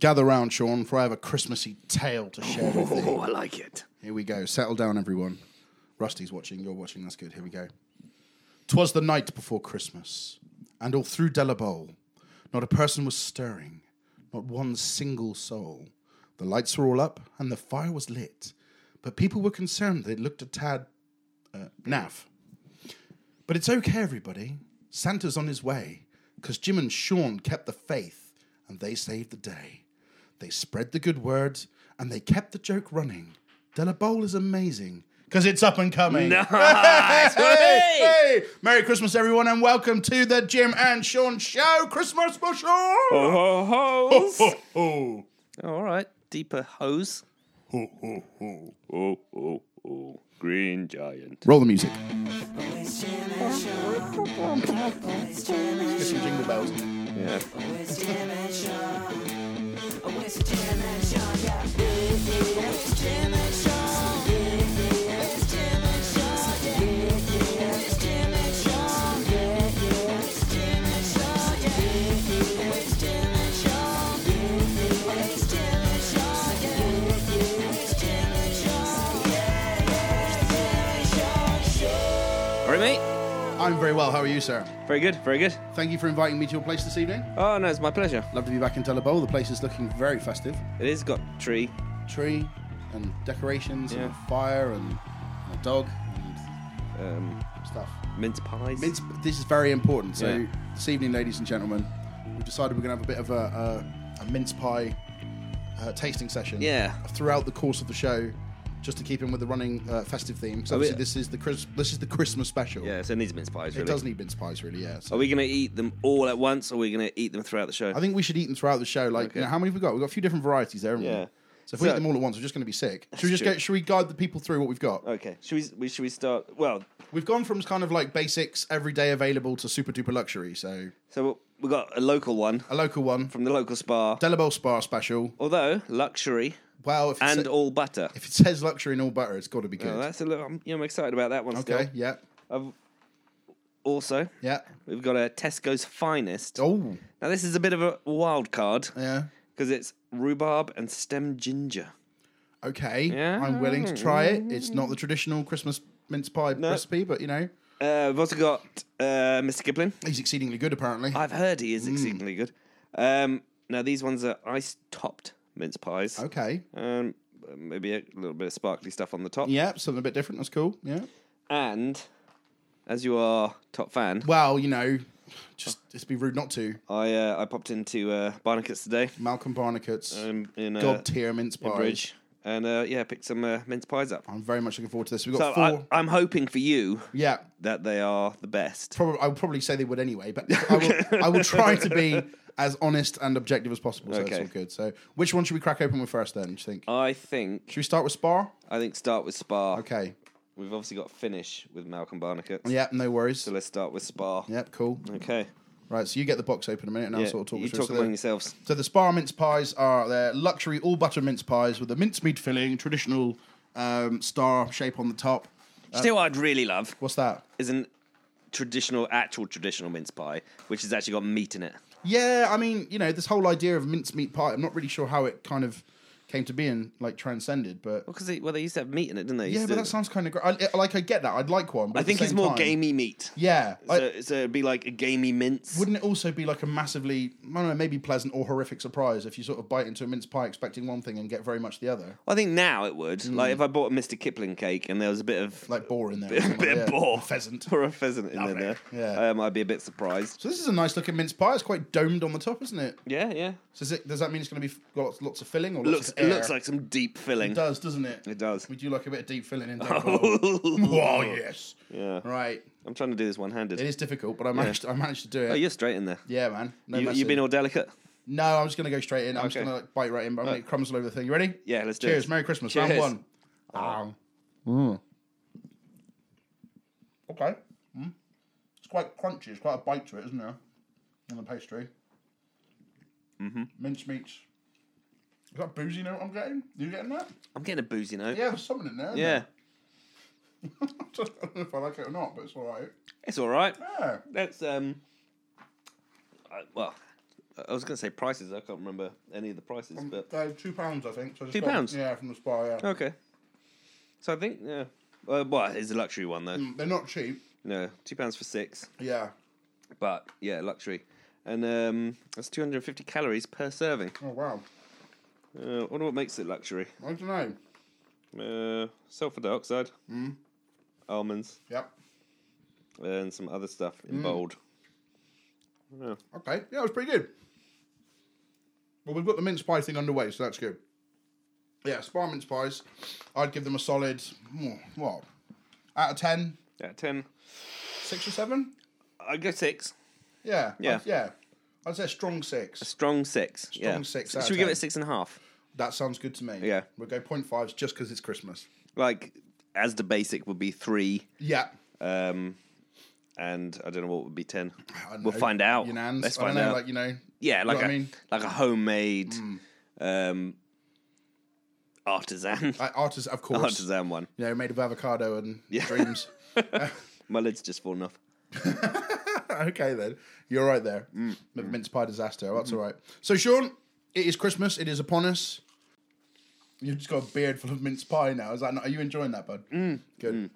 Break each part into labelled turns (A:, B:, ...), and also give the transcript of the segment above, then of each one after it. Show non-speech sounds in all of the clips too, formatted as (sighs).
A: Gather round, Sean, for I have a Christmassy tale to share with
B: (laughs)
A: thee.
B: I like it.
A: Here we go. Settle down, everyone. Rusty's watching. You're watching. That's good. Here we go. 'Twas the night before Christmas, and all through Delabole, not a person was stirring, not one single soul. The lights were all up, and the fire was lit, but people were concerned that it looked a tad uh, naff. But it's okay, everybody. Santa's on his way, 'cause Jim and Sean kept the faith, and they saved the day. They spread the good word, and they kept the joke running. Della Bowl is amazing, 'cause it's up and coming. Hey, hey! Merry Christmas, everyone, and welcome to the Jim and Sean Show Christmas special.
B: Ho, ho, hoes.
A: Oh, Ho, ho.
B: (laughs) All right. Deeper hose.
C: Oh, oh, oh. Green giant.
A: Roll the music. Get some jingle bells.
C: Yeah.
B: All right, mate.
A: I'm very well. How are you, sir?
B: Very good. Very good.
A: Thank you for inviting me to your place this evening.
B: Oh, no, it's my pleasure.
A: Love to be back in Tullabole. The place is looking very festive.
B: It is got tree.
A: Tree and decorations and
B: Yeah.
A: a fire and a dog and
B: Um,
A: stuff.
B: mince pies.
A: It's, this is very important. So
B: Yeah.
A: this evening, ladies and gentlemen, we've decided we're going to have a bit of a, a, a mince pie uh, tasting session.
B: Yeah.
A: Throughout the course of the show, just to keep in with the running uh, festive theme. Because
B: Are we-
A: obviously, this is the Chris, this is the Christmas special.
B: Yeah, so it needs mince pies,
A: It
B: really.
A: does need mince pies, really. Yeah. So
B: Are we going to eat them all at once or are we going to eat them throughout the show?
A: I think we should eat them throughout the show. Like, you
B: Okay.
A: know, how many have we got? We've got a few different varieties there. haven't we?
B: Yeah.
A: So if we
B: So-
A: eat them all at once, we're just going to be sick. Should we just
B: true.
A: go? Should we guide the people through what we've got?
B: Okay. Should we, we, should we start? Well,
A: We've gone from kind of like basics, everyday available to super duper luxury. So
B: so we got a local one
A: a local one from
B: from the local spa.
A: Delabel Spa special.
B: Although, luxury
A: Well, if it
B: and
A: sa-
B: all butter.
A: if it says luxury and all butter, it's got to be good.
B: Oh, that's a little, I'm, you know, I'm excited about that one
A: okay.
B: still.
A: Yeah.
B: I've, also,
A: Yeah.
B: we've got a Tesco's Finest.
A: Oh.
B: Now, this is a bit of a wild card
A: Yeah.
B: because it's rhubarb and stem ginger.
A: Okay.
B: Yeah.
A: I'm willing to try it. It's not the traditional Christmas mince pie recipe, but you know,
B: Uh, we've also got uh, Mr. Kipling.
A: he's exceedingly good apparently.
B: I've heard he is
A: Mm.
B: exceedingly good. Um, now, these ones are ice topped mince pies.
A: okay.
B: Um, maybe a little bit of sparkly stuff on the top.
A: Yeah. Something a bit different. That's cool. Yeah.
B: And as you are top fan,
A: Well, you know, just just be rude not to.
B: I uh, I popped into uh, Barnicot's today
A: Malcolm Barnicott's
B: um, in uh,
A: God tier mince pies.
B: Bridge, and uh, yeah, picked some uh, mince pies up.
A: I'm very much looking forward to this. We've got
B: So
A: four.
B: I, I'm hoping for you
A: yeah.
B: that they are the best.
A: Probably, I would probably say they would anyway, but I will, I will try to be as honest and objective as possible. So that's
B: Okay.
A: all good. So, which one should we crack open with first? Then, do you think?
B: I think
A: Should we start with Spar?
B: I think start with Spa.
A: Okay.
B: We've obviously got finish with Malcolm Barnicot.
A: Yep, no worries.
B: So let's start with Spa.
A: Yep, cool.
B: Okay.
A: Right, so you get the box open a minute and I'll
B: Yeah,
A: sort of talk
B: you
A: you through
B: talk
A: so
B: among
A: the,
B: yourselves.
A: so the Spar mince pies are their luxury all butter mince pies with a mincemeat filling, traditional um, star shape on the top.
B: Still, I'd really love
A: What's that?
B: is an traditional, actual traditional mince pie, which has actually got meat in it.
A: Yeah, I mean, you know, this whole idea of mincemeat pie, I'm not really sure how it kind of came to be and like transcended, but
B: Well, because they, well, they used to have meat in it, didn't they?
A: yeah,
B: Used
A: but
B: to-
A: that sounds kind of great. I, like, I get that. I'd like one. But
B: I
A: at the
B: think it's
A: same
B: more
A: time-
B: gamey meat.
A: Yeah. I-
B: so, so it'd be like a gamey mince.
A: wouldn't it also be like a massively, I don't know, maybe pleasant or horrific surprise if you sort of bite into a mince pie expecting one thing and get very much the other?
B: I think now it would. Like if I bought a Mr. Kipling cake and there was a bit (laughs) of
A: Mm. like boar in there.
B: a bit of boar,
A: pheasant.
B: or a pheasant in
A: Lovely.
B: there,
A: Yeah.
B: um, I'd be a bit surprised.
A: So this is a nice looking mince pie. It's quite domed on the top, isn't it?
B: Yeah, yeah.
A: So is it, does that mean it's going to be f- got lots, lots of filling or lots
B: Looks
A: of
B: it
A: air?
B: looks like some deep filling.
A: it does, doesn't it?
B: It does.
A: We do like a bit of deep filling in.
B: (laughs)
A: Oh, oh yes.
B: Yeah.
A: Right.
B: I'm trying to do this one-handed.
A: It is difficult, but I managed. I managed to do it.
B: Oh, you're straight in there.
A: yeah, man. No,
B: you,
A: mercy.
B: you've been all delicate.
A: no, I'm just gonna go straight in. I'm just
B: Okay.
A: gonna like, bite right in, but I'm gonna crumbs all over the thing. You ready?
B: Yeah, let's do
A: Cheers.
B: it.
A: Merry Christmas.
B: Cheers. Mm.
A: Round one. Ow. Okay. Mm. It's quite crunchy. It's quite a bite to it, isn't there? On the pastry. Mm-hmm. Mince meats. Is that boozy note I'm getting? You getting that?
B: I'm getting a boozy note.
A: Yeah, there's something in there. isn't
B: yeah.
A: there? (laughs) I don't know if I like it or not, but it's all right.
B: It's all right.
A: Yeah.
B: Let's um. I- Well, I was going to say prices. I can't remember any of the prices, but
A: Uh, two pounds, I think. So I just
B: Two
A: got-
B: pounds? Oh.
A: Yeah, from the spa. Yeah,
B: okay. So I think yeah. Uh, well, it's a luxury one though.
A: Mm, they're not cheap.
B: No, two pounds for six,
A: Yeah.
B: but yeah, luxury, and um, that's two hundred and fifty calories per serving.
A: Oh wow.
B: Uh, I wonder what makes it luxury.
A: I don't know.
B: Uh, sulfur dioxide,
A: Mm.
B: almonds,
A: Yep.
B: and some other stuff
A: Mm.
B: in bold. Yeah.
A: Okay. Yeah, it was pretty good. Well, we've got the mince pie thing underway, so that's good. Yeah, spa mince pies. I'd give them a solid mm, what out of ten,
B: Yeah, ten.
A: six or seven.
B: I go six.
A: Yeah.
B: Yeah.
A: I'd- yeah. I'd say a strong six.
B: Strong six. yeah.
A: Strong six out
B: Should
A: of
B: we give
A: 10.
B: it six and a half?
A: That sounds good to me.
B: Yeah.
A: We'll go point fives just because it's Christmas.
B: Like, as the basic would be three,
A: Yeah.
B: um, and I don't know what would be ten.
A: I don't
B: We'll
A: know.
B: find out.
A: Your nans.
B: Let's
A: I don't
B: find
A: know,
B: out.
A: like you know.
B: yeah, like
A: what
B: a
A: I mean? Mm.
B: like a homemade um, artisan (laughs)
A: Like artists, of course.
B: artisan one.
A: You know, made of avocado and dreams.
B: (laughs) My lid's just fallen off.
A: okay then, you're right there. The mince pie disaster. That's all right. So Sean, it is Christmas. It is upon us. You've just got a beard full of mince pie now. Is that not, are you enjoying that, bud? (laughs) Good.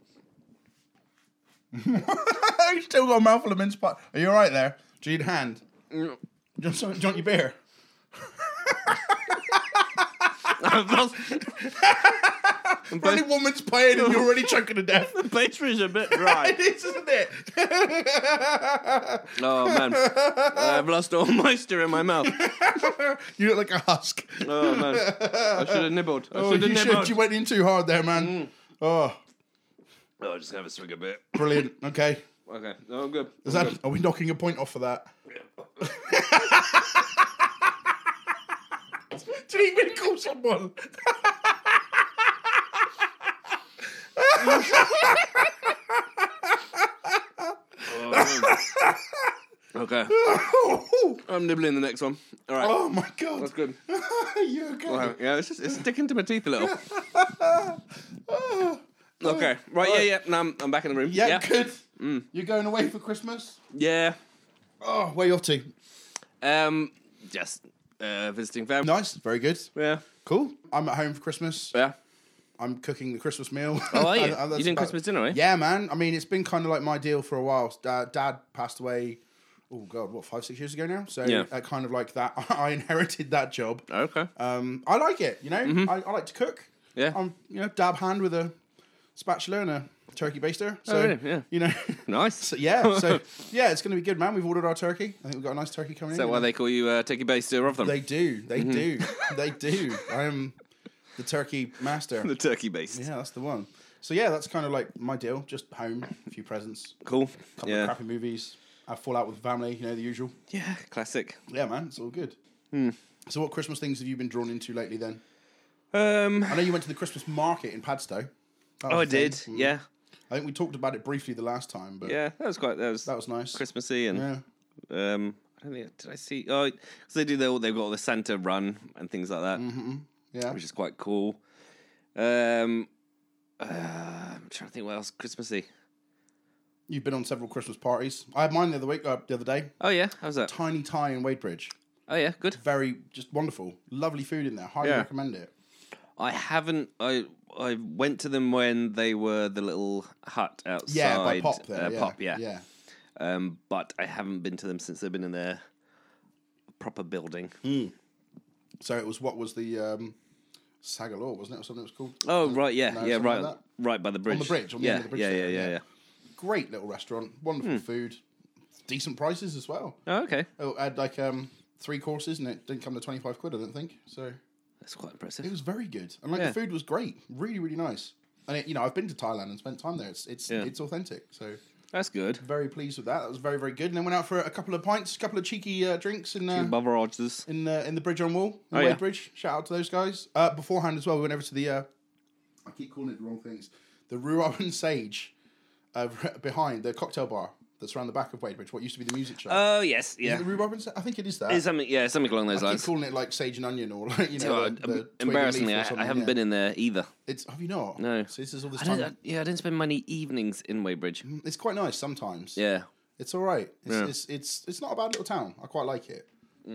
A: you still got a mouthful of mince pie. Are you all right there? Do you need a hand? Mm. Do you want, some, do you want your beer?
B: (laughs) I've lost
A: Only one mince pie in and you're already choking to death.
B: the pastry's a bit dry.
A: (laughs) It (laughs) is, isn't it?
B: oh man, I've lost all (laughs) moisture in my mouth.
A: You look like a husk.
B: Oh man, I should have nibbled. I
A: Oh,
B: should have
A: you,
B: nibbled.
A: should, you went in too hard there, man. Oh,
B: Oh, just have a swig a bit.
A: brilliant. Okay.
B: Okay, no, I'm good.
A: Is that, (laughs) are we knocking a point off for that? (laughs) Did he even call someone? (laughs)
B: Oh, okay,
A: Oh,
B: I'm nibbling the next one. All right,
A: oh my god.
B: that's good.
A: Are (laughs) you okay?
B: Wow, Yeah, it's just it's sticking to my teeth a little.
A: Ah.
B: Okay, right, yeah, yeah. Now I'm, I'm back in the room.
A: yeah,
B: yeah, Mm.
A: good. You're going away for Christmas?
B: yeah.
A: Oh, where you off to?
B: Um, just uh, visiting family.
A: Nice. Very good.
B: Yeah,
A: Cool. I'm at home for Christmas.
B: yeah.
A: I'm cooking the Christmas meal.
B: Oh, are
A: (laughs)
B: you?
A: And- and that's
B: You doing
A: about-
B: Christmas dinner, eh?
A: Yeah, man. I mean, it's been kind of like my deal for a while. Dad, Dad passed away. Oh god, what five, six years ago now? So
B: Yeah.
A: uh, kind of like that. (laughs) I inherited that job.
B: Okay.
A: Um, I like it. You know, I, I like to cook.
B: Mm-hmm. Yeah.
A: I'm you know dab hand with a spatula and a turkey baster. So
B: Oh, really? Yeah.
A: you know, (laughs)
B: nice.
A: so, yeah.
B: (laughs)
A: So yeah, it's gonna be good, man. We've ordered our turkey. I think we've got a nice turkey coming
B: Is
A: in.
B: that why they Mm-hmm. call you uh, Turkey Baster of them?
A: They do. They do. they do. I am the turkey master.
B: (laughs) (laughs) the Turkey Baster.
A: Yeah, that's the one. So yeah, that's kind of like my deal. Just home, a few presents,
B: Cool.
A: couple of
B: Yeah.
A: crappy movies. I fall out with family, you know the usual.
B: Yeah. Classic.
A: Yeah, man, it's all good.
B: Hmm.
A: So what Christmas things have you been drawn into lately? Then
B: Um.
A: I know you went to the Christmas market in Padstow. That was
B: Oh, I
A: a thing. Mm.
B: did. Yeah.
A: I think we talked about it briefly the last time, but
B: Yeah. That was quite. That was
A: that was nice.
B: Christmassy and.
A: Yeah,
B: Um. I don't think. Did I see? Oh, because they do. The, they've got all the Santa run and things like that,
A: Mm-hmm, yeah.
B: which is quite cool. Um. Uh, I'm trying to think what else Christmassy.
A: You've been on several Christmas parties. I had mine the other week, uh, the other day.
B: Oh yeah, how's that?
A: Tiny Thai in Wadebridge.
B: Oh yeah, good.
A: Very just wonderful, lovely food in there. Highly
B: Yeah.
A: recommend it.
B: I haven't. I I went to them when they were the little hut outside.
A: Yeah, by Pop there.
B: uh,
A: yeah.
B: Pop, yeah.
A: yeah.
B: Um, but I haven't been to them since they've been in their proper building.
A: So it was what was the um, Sagalore, wasn't it, or something it was called?
B: Oh right, yeah,
A: No,
B: yeah,
A: something
B: right,
A: like that.
B: right by the bridge.
A: bridge, on the
B: yeah,
A: end of the bridge
B: yeah, yeah,
A: there,
B: yeah,
A: yeah.
B: yeah.
A: Great little restaurant, wonderful
B: Hmm.
A: food, decent prices as well.
B: Oh, okay,
A: Oh, I had like um, three courses, and it didn't come to twenty five quid. I don't think so.
B: that's quite
A: It
B: impressive.
A: was very good, and like
B: Yeah.
A: the food was great, really, really nice. And it, you know, I've been to Thailand and spent time there. It's it's
B: Yeah.
A: it's authentic. So
B: That's good.
A: very pleased with that. That was very very good. And then went out for a couple of pints, a couple of cheeky uh, drinks in uh,
B: Bubba Rogers.
A: in the in the bridge on wall, in
B: Oh,
A: the
B: yeah.
A: Bridge. Shout out to those guys. Uh, beforehand as well, we went over to the. Uh, I keep calling it the wrong things. The Ruan Sage, uh, (laughs) behind the cocktail bar that's around the back of Wadebridge, what used to be the music shop.
B: Oh yes, yeah.
A: the Ruan Sage? I think it is that.
B: It's something, yeah, something along those
A: I keep
B: lines.
A: calling it like sage and onion or (laughs) like, you know,
B: Oh,
A: the, the twig and leaf
B: embarrassingly,
A: or
B: I, I
A: something,
B: haven't
A: yeah.
B: been in there either.
A: It's have you not?
B: No.
A: So this is all this
B: I don't,
A: time.
B: I, yeah, I didn't spend many evenings in Weybridge.
A: It's quite nice sometimes.
B: Yeah,
A: It's all right. It's,
B: Yeah. Mm.
A: it's it's it's not a bad little town. I quite like it.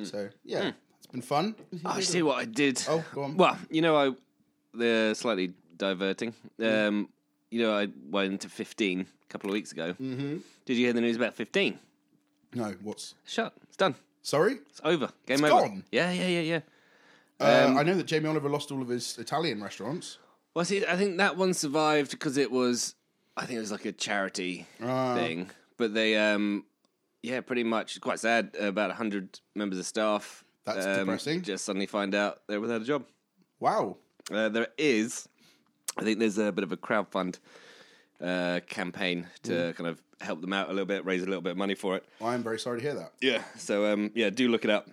A: So yeah, it's been fun.
B: Oh, I see what I did.
A: Oh, go on.
B: Well, you know, I they're slightly diverting. Um, you know, I went to 15 a couple of weeks ago. Mm-hmm. Did you hear the news about 15?
A: No, what's
B: Shut. It's done.
A: sorry?
B: It's over. Game over.
A: gone?
B: Yeah, yeah, yeah, yeah.
A: Uh,
B: Um,
A: I know that Jamie Oliver lost all of his Italian restaurants.
B: Well, see, I think that one survived because it was, I think it was like a charity
A: Ah.
B: thing. But they, um, yeah, pretty much quite sad. uh, About 100 members of staff.
A: That's
B: um,
A: depressing.
B: Just suddenly find out they're without a job.
A: Wow.
B: Uh, there is, I think there's a bit of a crowdfund uh, campaign to
A: Mm.
B: kind of help them out a little bit, raise a little bit of money for it.
A: I am very sorry to hear that.
B: Yeah. So um, yeah, do look it up.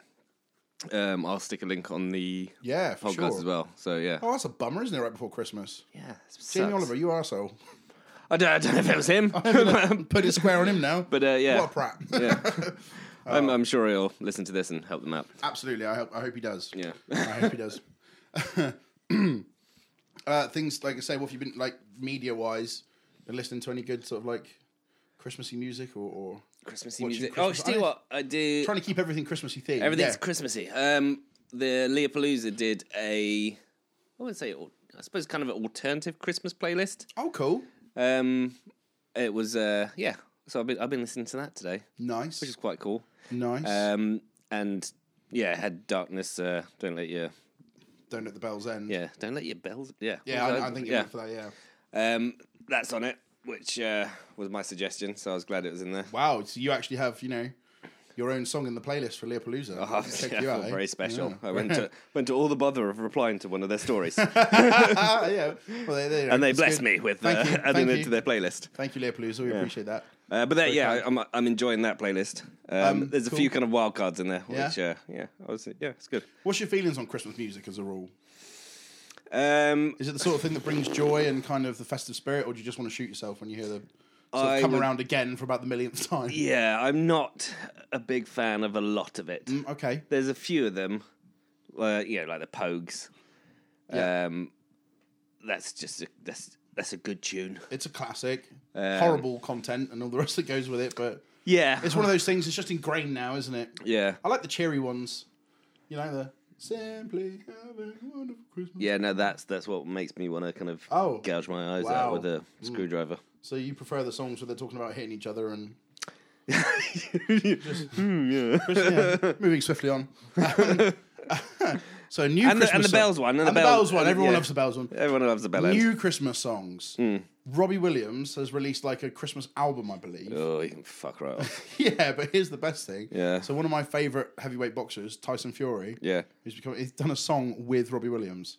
B: Um, I'll stick a link on the
A: Yeah, for
B: podcast
A: sure.
B: as well. So yeah,
A: Oh, that's a bummer, isn't it? Right before Christmas.
B: yeah. sucks.
A: Jamie Oliver, you arsehole. (laughs)
B: I don't, I don't know if it was him. (laughs)
A: Put it square on him now.
B: But, uh, yeah.
A: What a prat.
B: yeah. I'm,
A: Oh.
B: I'm sure he'll listen to this and help them out.
A: (laughs) Absolutely. I hope, I hope he does.
B: Yeah.
A: I hope he does. (clears throat) uh, things like I say, what have you been like media wise? Been listening to any good sort of like Christmassy music or, or
B: Christmassy
A: Watching
B: music.
A: Christmas-
B: oh, you know what? I do.
A: trying to keep everything Christmassy themed?
B: Everything's
A: yeah.
B: Christmassy. Um, the Leapalooza did a, I wouldn't say, al- I suppose, kind of an alternative Christmas playlist.
A: oh cool,
B: Um, it was, uh, yeah. So I've been, I've been listening to that today,
A: nice,
B: which is quite cool.
A: nice.
B: Um, and yeah, it had darkness. Uh, don't let your
A: Don't let the bells end.
B: yeah, don't let your bells. Yeah,
A: yeah.
B: What was
A: I, I
B: that?
A: think
B: yeah.
A: yeah. for that. Yeah.
B: Um, that's on it, which uh, was my suggestion. So I was glad it was in there.
A: Wow. So you actually have you know your own song in the playlist for Leopalooza.
B: I
A: Check
B: felt (laughs)
A: you out, eh?
B: Oh, very special. I went
A: (laughs)
B: to went to all the bother of replying to one of their stories,
A: Ah, yeah. Well, they, they,
B: and they
A: it's
B: blessed
A: good.
B: me with uh,
A: Thank you,
B: adding
A: thank
B: it
A: you.
B: to their playlist.
A: Thank you, Leopalooza. We appreciate that.
B: Uh, but that, yeah, I, I'm I'm enjoying that playlist. Um,
A: Um,
B: there's a
A: cool.
B: few kind of wild cards in there,
A: Yeah.
B: which uh, yeah, I was yeah, it's good.
A: What's your feelings on Christmas music as a rule?
B: Um,
A: Is it the sort of thing that brings joy and kind of the festive spirit, or do you just want to shoot yourself when you hear the sort
B: I
A: of come
B: would-
A: around again for about the millionth time?
B: yeah, I'm not a big fan of a lot of it.
A: Mm, Okay.
B: There's a few of them, uh, you know, like the Pogues.
A: Yeah.
B: Um, that's just a, that's that's a good tune.
A: It's a classic.
B: Um,
A: Horrible content and all the rest that goes with it, but
B: Yeah,
A: it's one of those things. It's just ingrained now, isn't it?
B: yeah.
A: I like the cheery ones. You know the simply having a wonderful Christmas.
B: Yeah, no, that's that's what makes me want to kind of
A: Oh.
B: gouge my eyes
A: Wow. Hmm.
B: out with a screwdriver.
A: So you prefer the songs where they're talking about hitting each other
B: (laughs)
A: and. just, yeah, Moving swiftly
B: (laughs)
A: on. Um, (laughs) so new
B: And the- and
A: Christmas
B: the
A: song-
B: Bells one, and the
A: the
B: Bells-
A: bells one.
B: and-
A: Everyone
B: yeah.
A: loves the bells one.
B: Everyone loves a bell end.
A: New Christmas songs.
B: Hmm.
A: Robbie Williams has released like a Christmas album, I believe.
B: Oh, you can fuck right off.
A: (laughs) Yeah, but here's the best thing.
B: Yeah.
A: So one of my favorite heavyweight boxers, Tyson Fury,
B: Yeah.
A: who's become he's done a song with Robbie Williams.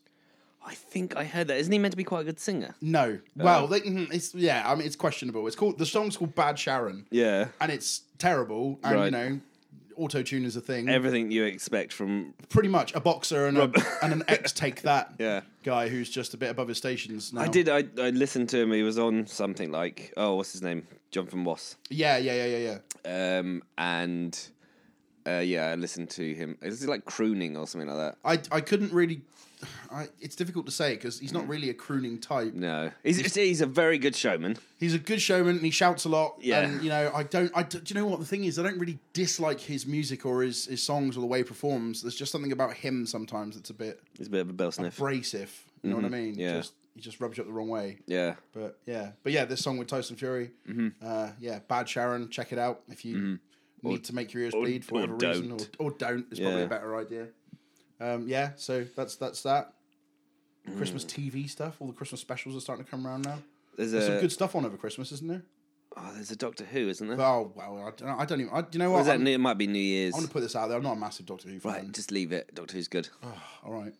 B: I think I heard that. Isn't he meant to be quite a good singer?
A: No,
B: Oh.
A: well, they, mhm, it's yeah, I mean, it's questionable. It's called the song's called Bad Sharon,
B: Yeah.
A: and it's terrible. And
B: Right.
A: you know, auto tune is a thing.
B: Everything you expect from
A: Pretty much a boxer and, a, and an ex take that
B: (laughs) Yeah.
A: guy who's just a bit above his stations now.
B: I did I, I listened to him, he was on something like oh, what's his name? Jonathan Moss.
A: Yeah, yeah, yeah, yeah, yeah.
B: Um and uh, yeah, I listened to him. Is it like crooning or something like that?
A: I, I couldn't really. I, it's difficult to say because he's not really a crooning type.
B: No. He's, he's a very good showman.
A: He's a good showman and he shouts a lot.
B: Yeah.
A: And, you know, I don't. I, do do you know what the thing is? I don't really dislike his music or his, his songs or the way he performs. There's just something about him sometimes that's a bit
B: He's a bit of a bell sniff.
A: abrasive. You know what I mean?
B: Mm-hmm. yeah.
A: Just, he just rubs you up the wrong way.
B: Yeah.
A: But yeah, but yeah, this song with Tyson Fury.
B: Mm-hmm.
A: Uh, yeah, Bad Sharon. Check it out if you need to make your ears bleed for
B: or
A: whatever reason, or,
B: don't.
A: or don't is probably
B: Yeah.
A: a better idea. Um, yeah, so that's that's that. Christmas
B: Mm.
A: TV stuff. All the Christmas specials are starting to come around now.
B: There's
A: There's
B: a
A: some good stuff on over Christmas, isn't there?
B: oh, there's a Doctor Who, isn't there?
A: Oh wow, I don't, I don't even. I, do you know what?
B: Is that
A: I'm,
B: new- it might be New Year's.
A: I'm gonna put this out there. I'm not a massive Doctor Who fan.
B: Right, just leave it. Doctor Who's good.
A: All right,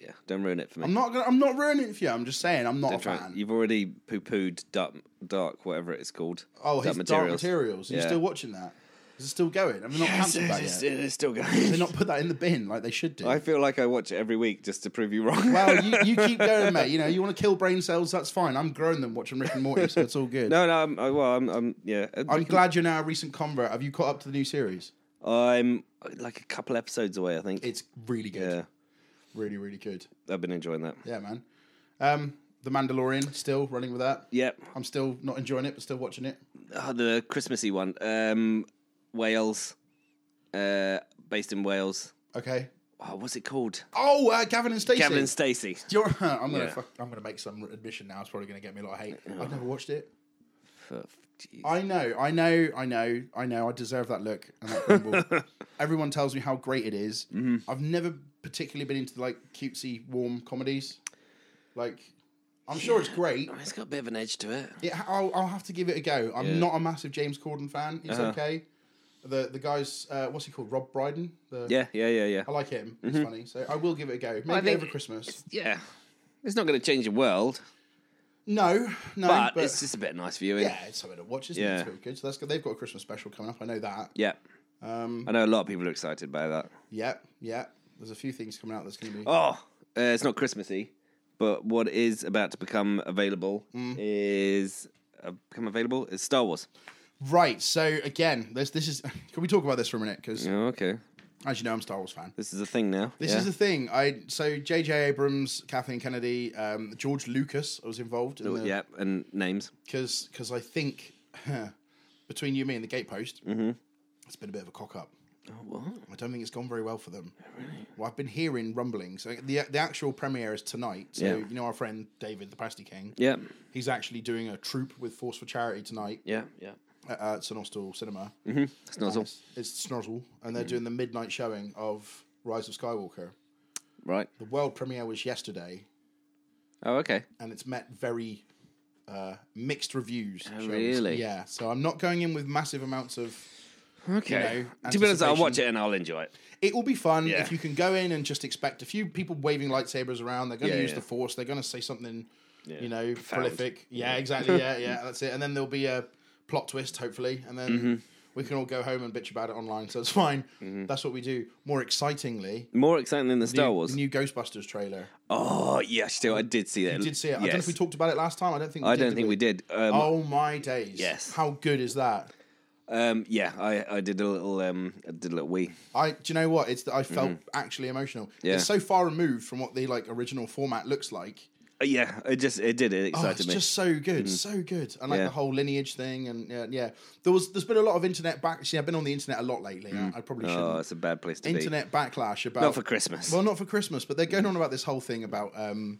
B: Yeah, don't ruin it for me.
A: I'm not gonna. I'm not ruining it for you. I'm just saying I'm not
B: Don't
A: a
B: try-
A: fan.
B: You've already poo pooed dark, dark, whatever it's called.
A: oh, his Dark Materials. Are you
B: Yeah.
A: still watching that? Is it still going? I mean, not
B: (laughs) Yes,
A: cancelled that
B: it's-
A: yet.
B: it's still
A: They
B: (laughs) going.
A: not put that in the bin like they should do.
B: I feel like I watch it every week just to prove you
A: (laughs)
B: wrong.
A: Well, you, you keep going, mate. You know, you want to kill brain cells, that's fine. I'm growing them watching Rick and Morty, so it's all good.
B: (laughs) (laughs) no, no, I'm, I, well, I'm, I'm yeah,
A: I'm
B: I'm,
A: glad you're now a recent convert. Have you caught up to the new series?
B: like a couple episodes away. I think.
A: It's really good.
B: yeah,
A: Really, really good.
B: I've been enjoying that.
A: Yeah, man. Um, the Mandalorian, still running with that.
B: Yep,
A: I'm still not enjoying it, but still watching it.
B: oh, the Christmassy one. Um, Wales, uh, based in Wales.
A: Okay.
B: Oh, what's it called?
A: Oh, uh, Gavin and Stacey.
B: Gavin and Stacey.
A: You're, (laughs) I'm gonna
B: Yeah.
A: fuck, I'm gonna make some admission now. It's probably gonna get me a lot of hate. I've never watched it.
B: For- geez.
A: I know, I know, I know, I know. I deserve that look and that grumble.
B: (laughs)
A: Everyone tells me how great it is.
B: Mm-hmm.
A: I've never particularly been into like cutesy, warm comedies. Like, I'm sure it's great.
B: It's got a bit of an edge to it.
A: It, I'll, I'll have to give it a go. I'm
B: Yeah. Uh-huh.
A: not a massive James Corden fan. He's okay. The the guy's uh, what's he called? Rob Brydon. The,
B: Yeah, Mm-hmm. yeah, yeah, yeah.
A: I like him. He's funny. So I will give it a go. Maybe
B: think
A: over Christmas.
B: Yeah. It's not going to change the world,
A: No, no.
B: but,
A: But,
B: it's just a bit of nice viewing.
A: yeah, it's something to watch. Isn't
B: Yeah.
A: it? It's pretty good. So that's good. They've got a Christmas special coming up. I know that.
B: Yeah.
A: Um,
B: I know a lot of people are excited by that.
A: Yeah, yeah. There's a few things coming out that's going to be.
B: Oh, uh, it's not Christmassy, but what is about to become available
A: Hmm.
B: is uh, become available is Star Wars.
A: Right. So again, this this is. (laughs) Can we talk about this for a minute? Because
B: Oh, okay.
A: as you know, I'm a Star Wars fan.
B: This is a thing now.
A: This
B: yeah.
A: is the thing. I so J.J. Abrams, Kathleen Kennedy, um, George Lucas. I was involved. In the,
B: yeah, and names.
A: Because because I think (laughs) between you, and me, and the gatepost, mm-hmm. it's been a bit of a cock up.
B: Oh, what?
A: I don't think it's gone very well for them.
B: Oh,
A: Well, I've been hearing rumblings. Like, The the actual premiere is tonight. So
B: Yeah.
A: you know our friend David, the Pasty King.
B: Yeah,
A: He's actually doing a troupe with Force for Charity tonight
B: yeah, yeah.
A: at uh, Sinostal Cinema.
B: It's nozzle,
A: It's, it's Snozzle, and
B: Mm.
A: they're doing the midnight showing of Rise of Skywalker.
B: right?
A: The world premiere was yesterday,
B: Oh, okay.
A: and it's met very uh, mixed reviews. shall we say.
B: Oh, really?
A: Yeah. So I'm not going in with massive amounts of.
B: Okay.
A: You know,
B: to be honest, I'll watch
A: anticipation.
B: it and I'll enjoy it.
A: It will be fun
B: Yeah.
A: if you can go in and just expect a few people waving lightsabers around. They're going to
B: Yeah,
A: use
B: yeah.
A: the Force. They're going to say something, you know,
B: Profound.
A: prolific. Yeah,
B: (laughs)
A: exactly. Yeah, yeah. That's it. And then there'll be a plot twist, hopefully, and then.
B: Mm-hmm.
A: We can all go home and bitch about it online, so it's fine. That's what we do. More excitingly,
B: More exciting than the Star
A: new-
B: Wars.
A: The new Ghostbusters trailer.
B: oh, yeah, still, I did see that.
A: I did see it. I
B: Yes.
A: don't know if we talked about it last time. I don't think. We
B: I
A: did,
B: don't
A: did
B: think we did. Um,
A: Oh my days!
B: Yes.
A: How good is that?
B: um, yeah, I, I did a little, um, I did a little wee.
A: I do you know what? It's that I felt actually emotional.
B: Mm-hmm. Yeah.
A: It's so far removed from what the like original format looks like.
B: Uh, yeah, it just, it did. It
A: Oh,
B: excited
A: it's
B: me. Mm-hmm.
A: just so good, so good, and like
B: Yeah.
A: the whole lineage thing, and yeah, yeah. There was there's been a lot of internet back. See, I've been on the internet a lot lately. I, I probably
B: oh,
A: shouldn't.
B: it's a bad place to be.
A: internet backlash about
B: Not for Christmas.
A: Well, not for Christmas, but they're going on about this whole thing about um,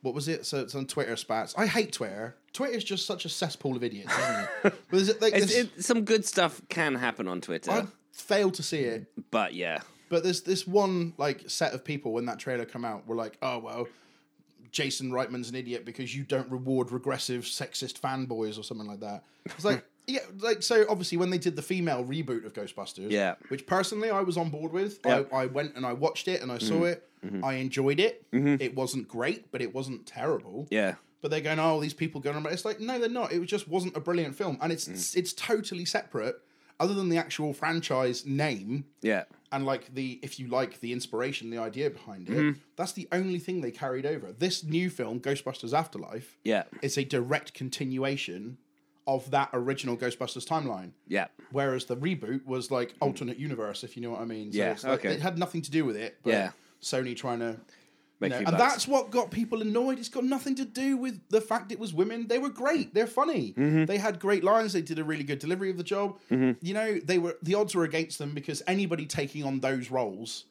A: what was it? So it's on Twitter spats. I hate Twitter. Twitter is just such a cesspool of idiots, isn't it?
B: (laughs)
A: but there's, like,
B: It's-
A: this-
B: it- some good stuff can happen on Twitter,
A: I failed to see it,
B: but yeah,
A: but there's this one like set of people when that trailer come out were like, oh well. Jason Reitman's an idiot because you don't reward regressive sexist fanboys or something like that. It's
B: (laughs)
A: like, yeah, like so. Obviously, when they did the female reboot of Ghostbusters,
B: Yeah.
A: which personally I was on board with.
B: Yeah.
A: I, I went and I watched it and I
B: Mm-hmm.
A: saw it. I enjoyed it. It wasn't great, but it wasn't terrible.
B: yeah,
A: But they're going, oh, these people going. on about-" It's like, no, they're not. It was- just wasn't a brilliant film, and it's
B: Mm.
A: it's totally separate, other than the actual franchise name
B: yeah.
A: and like the if you like the inspiration the idea behind it
B: Mm-hmm.
A: that's the only thing they carried over this new film ghostbusters afterlife
B: Yeah.
A: is a direct continuation of that original ghostbusters timeline
B: Yeah. Mm.
A: whereas the reboot was like alternate universe if you know what i mean so
B: Yeah,
A: it's like,
B: okay.
A: it had nothing to do with it but
B: Yeah.
A: sony trying to you
B: Make
A: know,
B: a few
A: and
B: bucks.
A: that's what got people annoyed. It's got nothing to do with the fact it was women. They were great. They're funny.
B: Mm-hmm.
A: They had great lines. They did a really good delivery of the job. You know, they were the odds were against them because anybody taking on those roles,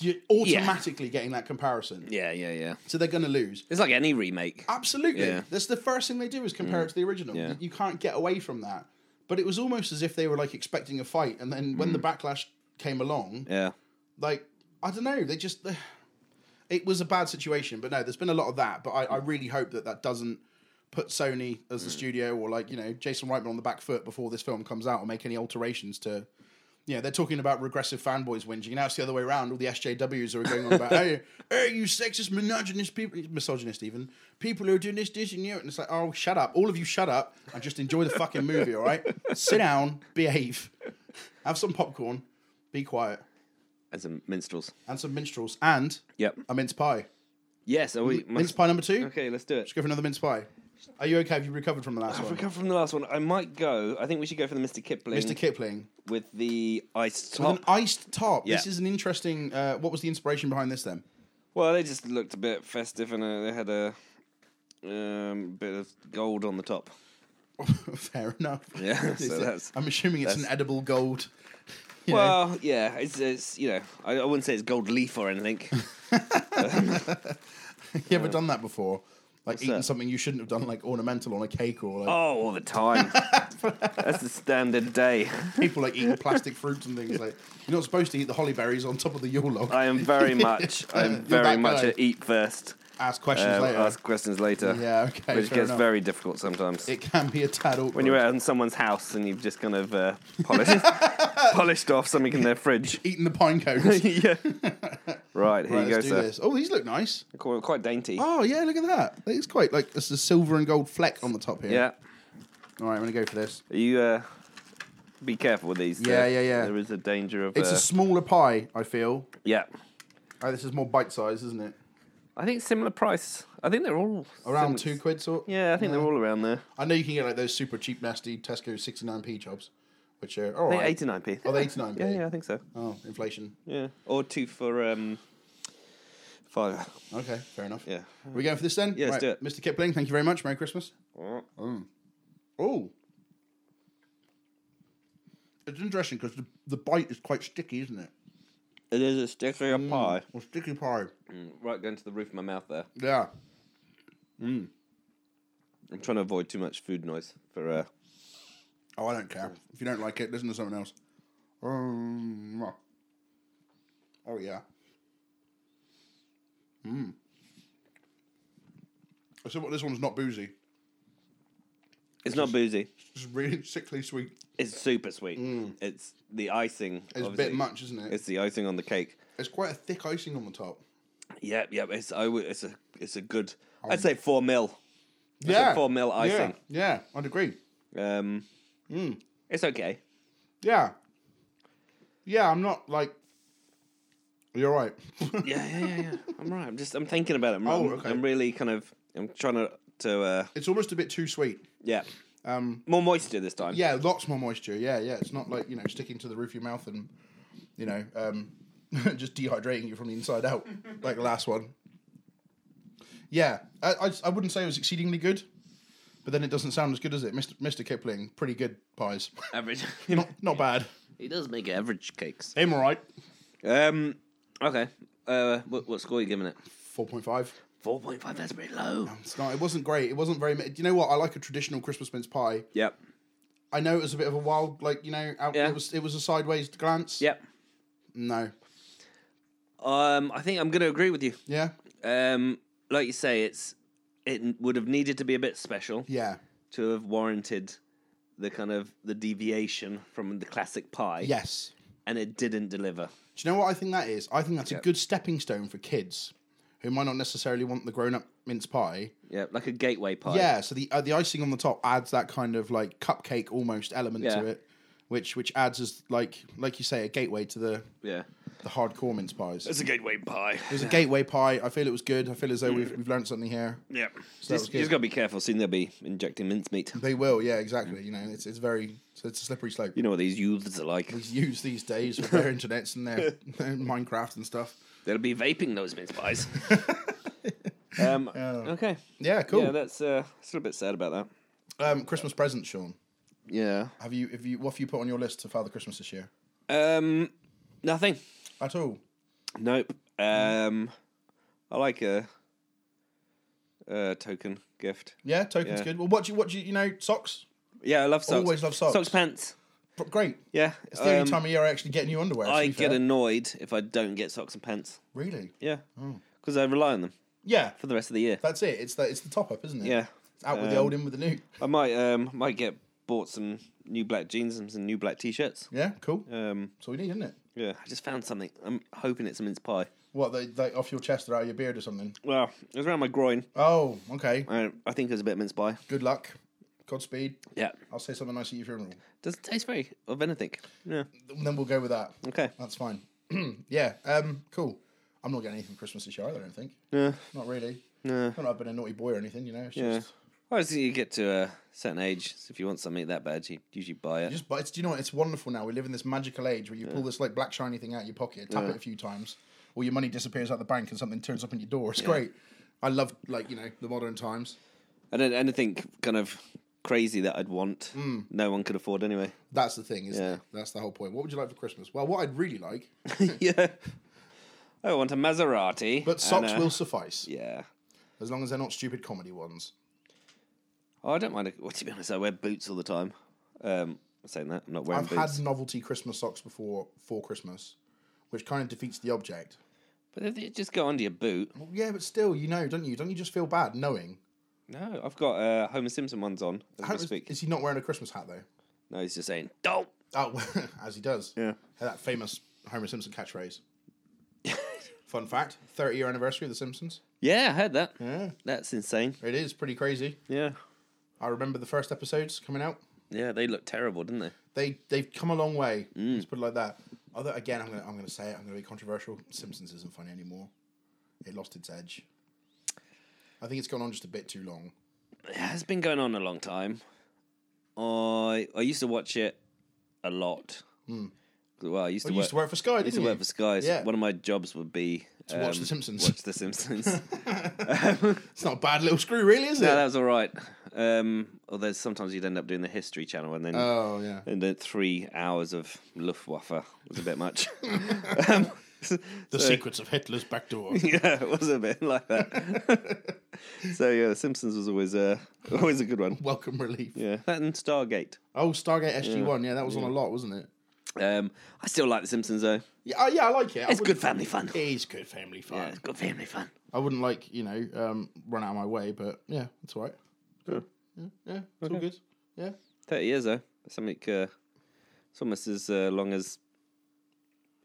A: you're automatically getting that comparison.
B: yeah, yeah, yeah.
A: So they're going to lose.
B: It's like any remake.
A: Absolutely.
B: Yeah. Mm.
A: That's the first thing they do is compare it to the original.
B: Yeah.
A: You can't get away from that. But it was almost as if they were like expecting a fight, and then when the
B: Mm.
A: backlash came along,
B: Yeah,
A: like I don't know, they just it was a bad situation. But no, there's been a lot of that. But I, I really hope that that doesn't put Sony as the studio or like you know Jason Reitman on the back foot before this film comes out or make any alterations to. Yeah, they're talking about regressive fanboys whinging. Now it's the other way around. All the SJWs are going on about, hey, hey, you sexist, misogynist people, misogynist even, people who are doing this, this, and you. And it's like, oh, shut up. All of you shut up and just enjoy the fucking movie, all right? Sit down, behave, have some popcorn, be quiet
B: as in minstrels.
A: and some minstrels and
B: Yep.
A: a mince pie.
B: Yes. Are we?
A: Mince pie number two.
B: Okay, let's do it.
A: Let's go for another mince pie. Are you okay? Have you recovered from the last
B: I've
A: one?
B: recovered from the last one. I might go. I think we should go for the Mr. Kipling
A: Mr. Kipling
B: with the ice
A: with
B: top.
A: an iced top. This
B: Yeah.
A: is an interesting. Uh, what was the inspiration behind this then? (laughs)
B: well, they just looked a bit festive and uh, they had a um, bit of gold on the top.
A: Fair enough.
B: (laughs) Yeah,
A: Is
B: so
A: it-
B: that's
A: I'm assuming it's an edible gold. (laughs)
B: Well, yeah, it's, it's you know, I, I wouldn't say it's gold leaf
A: (laughs)
B: or anything.
A: You ever done that before? Like eating something you shouldn't have done, like ornamental on a cake or like
B: oh, all
A: (laughs)
B: the time. That's the standard day.
A: people like
B: (laughs)
A: eating plastic fruits and things. Like you're not supposed to eat the holly berries on top of the Yule log.
B: I
A: (laughs)
B: am very much, I am very
A: that
B: much
A: guy.
B: a eat first,
A: Ask questions
B: uh,
A: later.
B: ask questions later.
A: Yeah, okay,
B: Which
A: fair
B: gets
A: enough.
B: very difficult sometimes.
A: It can be a tad awkward.
B: when you're out in someone's house and you've just kind of uh,
A: (laughs)
B: polished, polished off something in their fridge. (laughs)
A: eating the pine cones.
B: yeah.
A: (laughs)
B: Right, here
A: Right,
B: you go,
A: let's do
B: sir.
A: this. Oh, these look nice.
B: Quite, quite dainty.
A: Oh yeah, look at that. It's quite like there's a silver and gold fleck on the top here.
B: Yeah.
A: All right, I'm gonna go for this.
B: You uh, be careful with these.
A: Yeah,
B: uh,
A: yeah, yeah.
B: There is a danger of.
A: It's
B: uh,
A: a smaller pie. I feel.
B: yeah.
A: Oh, this is more bite size, isn't it?
B: I think similar price. I think they're all
A: Around
B: sim-
A: two quid sort.
B: Yeah, I think they're all around there.
A: I know you can get like those super cheap, nasty Tesco 69p chops, which are all
B: I think
A: right.
B: 89p.
A: Oh, they're 89p.
B: Yeah, yeah, I think so.
A: Oh, inflation.
B: Yeah. Or two for um, five.
A: Okay, fair enough.
B: Yeah.
A: Are we going for this then?
B: Yeah, let's
A: Right,
B: do
A: Mr. Kipling, thank you very much. Merry Christmas. Oh. It's interesting because the, the bite is quite sticky, isn't it?
B: It is a sticky
A: Mm.
B: pie. Mm,
A: Well, sticky pie.
B: Right, going to the roof of my mouth there.
A: Yeah.
B: I'm trying to avoid too much food noise for uh,
A: Oh, I don't care. If you don't like it, listen to someone else. Um, mwah. oh, yeah. Mm. So, what this one's not boozy.
B: It's not boozy.
A: It's really (laughs) sickly sweet.
B: It's super sweet. It's the icing.
A: Mm. It's a bit
B: obviously.
A: much, isn't it?
B: It's the icing on the cake.
A: It's quite a thick icing on the top.
B: Yep, yep. It's I would, it's a it's a good. I'd say four mil.
A: Yeah.
B: four mil icing.
A: Yeah, yeah, I'd agree.
B: Um, It's okay.
A: Yeah. Yeah, I'm not like. You're right. (laughs)
B: Yeah, yeah, yeah, (laughs) yeah. I'm right. I'm just I'm thinking about it. I'm,
A: Oh,
B: I'm-
A: okay.
B: I'm really kind of I'm trying to to uh,
A: it's almost a bit too sweet.
B: yeah
A: Um,
B: more moisture this time.
A: yeah, lots more moisture. Yeah, yeah. It's not like, you know, sticking to the roof of your mouth and, you know, um, (laughs) just dehydrating you from the inside out, like the last one. Yeah, I, I, I wouldn't say it was exceedingly good, but then it doesn't sound as good as it. Mr. Mr. Kipling, pretty good pies. (laughs)
B: (laughs) Average.
A: not, not bad.
B: he does make average cakes.
A: I'm all right.
B: Um. Okay. Uh. What, what score are you giving it?
A: 4.5.
B: Four point five. That's pretty low.
A: It's not, it wasn't great. It wasn't very. Do you know what? I like a traditional Christmas mince pie.
B: Yep.
A: I know it was a bit of a wild, like you know, out,
B: Yeah.
A: it was it was a sideways glance.
B: Yep.
A: No.
B: Um. I think I'm going to agree with you.
A: Yeah.
B: Um. Like you say, it's it would have needed to be a bit special
A: Yeah.
B: to have warranted the kind of the deviation from the classic pie.
A: Yes.
B: And it didn't deliver.
A: Do you know what I think that is? I think that's a good stepping stone for kids who might not necessarily want the grown up mince pie.
B: Yeah. Like a gateway pie.
A: Yeah. So the uh, the icing on the top adds that kind of like cupcake almost element
B: Yeah.
A: to it, which which adds as like like you say a gateway to the
B: Yeah.
A: the hardcore mince pies. It
B: It's a gateway pie.
A: was a gateway pie. I feel it was good. I feel as though we've we've learned something here.
B: Yeah.
A: that was
B: just,
A: good.
B: just gotta be careful. Soon they'll be injecting mincemeat.
A: They will, yeah, exactly. You know, it's it's very so it's a slippery slope.
B: You know what these youths are like.
A: It's used these days
B: (laughs)
A: with their internets and their, their Minecraft and stuff.
B: They'll be vaping those mince
A: (laughs)
B: pies. um, Okay.
A: Yeah, Oh. cool.
B: Yeah, that's uh, it's a little bit sad about that.
A: um, Christmas presents, Sean.
B: Yeah.
A: Have you have you what have you put on your list for Father Christmas this year?
B: Um, nothing.
A: At all?
B: Nope. Um, I like a, a token gift.
A: Yeah, tokens
B: Yeah.
A: good. Well, what do you what do you you know socks?
B: Yeah, I love socks.
A: Always love socks.
B: Socks pants.
A: P- Great.
B: Yeah.
A: It's the
B: um,
A: only time of year I actually get new underwear. to
B: I
A: be
B: get
A: fair.
B: annoyed if I don't get socks and pants.
A: really.
B: Yeah.
A: Oh.
B: Because I rely on them
A: Yeah,
B: for the rest of the year.
A: that's it. It's the it's the top up, isn't it?
B: Yeah. Um,
A: It's out with the old, in with the new.
B: I might um might get bought some new black jeans and some new black t-shirts.
A: Yeah, cool.
B: Um,
A: That's all we need, isn't it?
B: yeah. I just found something. I'm hoping it's a mince pie.
A: What they, they off your chest or out of your beard or something?
B: Well, it was around my groin.
A: Oh, okay.
B: I, I think it was a bit of mince pie.
A: Good luck. Godspeed.
B: Yeah.
A: I'll say something nice at your funeral.
B: Doesn't taste very of anything. Yeah.
A: Then we'll go with that.
B: Okay.
A: That's fine. (clears throat) yeah, um, cool. I'm not getting anything for Christmas this year either, I don't think.
B: Yeah.
A: Not really.
B: No.
A: Not that I've been a naughty boy or anything, you know. It's
B: Yeah.
A: just,
B: Well, as you get to a certain age, so if you want something that bad, you usually buy it.
A: just, but it's, do you know what? It's wonderful now. We live in this magical age where you pull this like black shiny thing out of your pocket, tap it a few times, or your money disappears out the bank and something turns up in your door. It's great. I love like you know the modern times.
B: And then anything kind of crazy that I'd want.
A: Hmm.
B: No one could afford anyway. (laughs)
A: That's the thing, isn't
B: Yeah.
A: it? That's the whole point. What would you like for Christmas? Well, what I'd really like,
B: yeah. I want a Maserati.
A: but socks
B: and a-
A: will suffice
B: Yeah.
A: as long as they're not stupid comedy ones.
B: Oh, I don't mind. A, well, to be honest, I wear boots all the time. Um, I'm saying that. I'm not wearing
A: I've
B: boots.
A: had novelty Christmas socks before for Christmas, which kind of defeats the object.
B: But if they just go under your boot.
A: Well, yeah, but still, you know, don't you? Don't you just feel bad knowing?
B: No, I've got uh, Homer Simpson ones on as
A: How
B: we
A: is,
B: speak.
A: is he not wearing a Christmas hat though?
B: No, he's just saying, don't.
A: Oh, (laughs) as he does.
B: Yeah.
A: That famous Homer Simpson catchphrase. (laughs) Fun fact: thirty year anniversary of The Simpsons.
B: Yeah, I heard that.
A: Yeah,
B: That's insane.
A: it is pretty crazy.
B: Yeah.
A: I remember the first episodes coming out.
B: Yeah, they look terrible, didn't they?
A: They they've come a long way.
B: Mm.
A: Let's put it like that. Although again, I'm gonna I'm gonna say it. I'm gonna be controversial. Simpsons isn't funny anymore. It lost its edge. I think it's gone on just a bit too long.
B: It has been going on a long time. I I used to watch it a lot. Well, I used to
A: Hmm. Oh, You
B: work.
A: used to work for Sky,
B: I
A: didn't
B: used to
A: you?
B: work for Sky. so
A: Yeah.
B: One of my jobs would be to
A: watch The Simpsons.
B: Watch
A: (laughs)
B: The Simpsons. no,
A: It's not a bad little screw, really, is it?
B: that was all right. Um, although sometimes you'd end up doing the History Channel, and then
A: oh yeah.
B: and then three hours of Luftwaffe was a bit
A: (laughs)
B: much. Um,
A: The secrets of Hitler's back door.
B: (laughs) yeah, it was a bit like that. (laughs) so yeah, The Simpsons was always uh, always a good one.
A: Welcome relief.
B: Yeah, that and Stargate.
A: Oh, Stargate SG One. Yeah, that was on a lot, wasn't it?
B: Um, I still like The Simpsons though.
A: Yeah, oh, yeah, I like it. I
B: It's
A: wouldn't-
B: good family fun.
A: It is good family fun.
B: Yeah, it's good family fun.
A: I wouldn't like you know um, run out of my way, but yeah, it's all right. Good. Yeah, yeah, it's all good. Yeah.
B: Thirty years though. That's Something. Uh, it's almost as uh, long as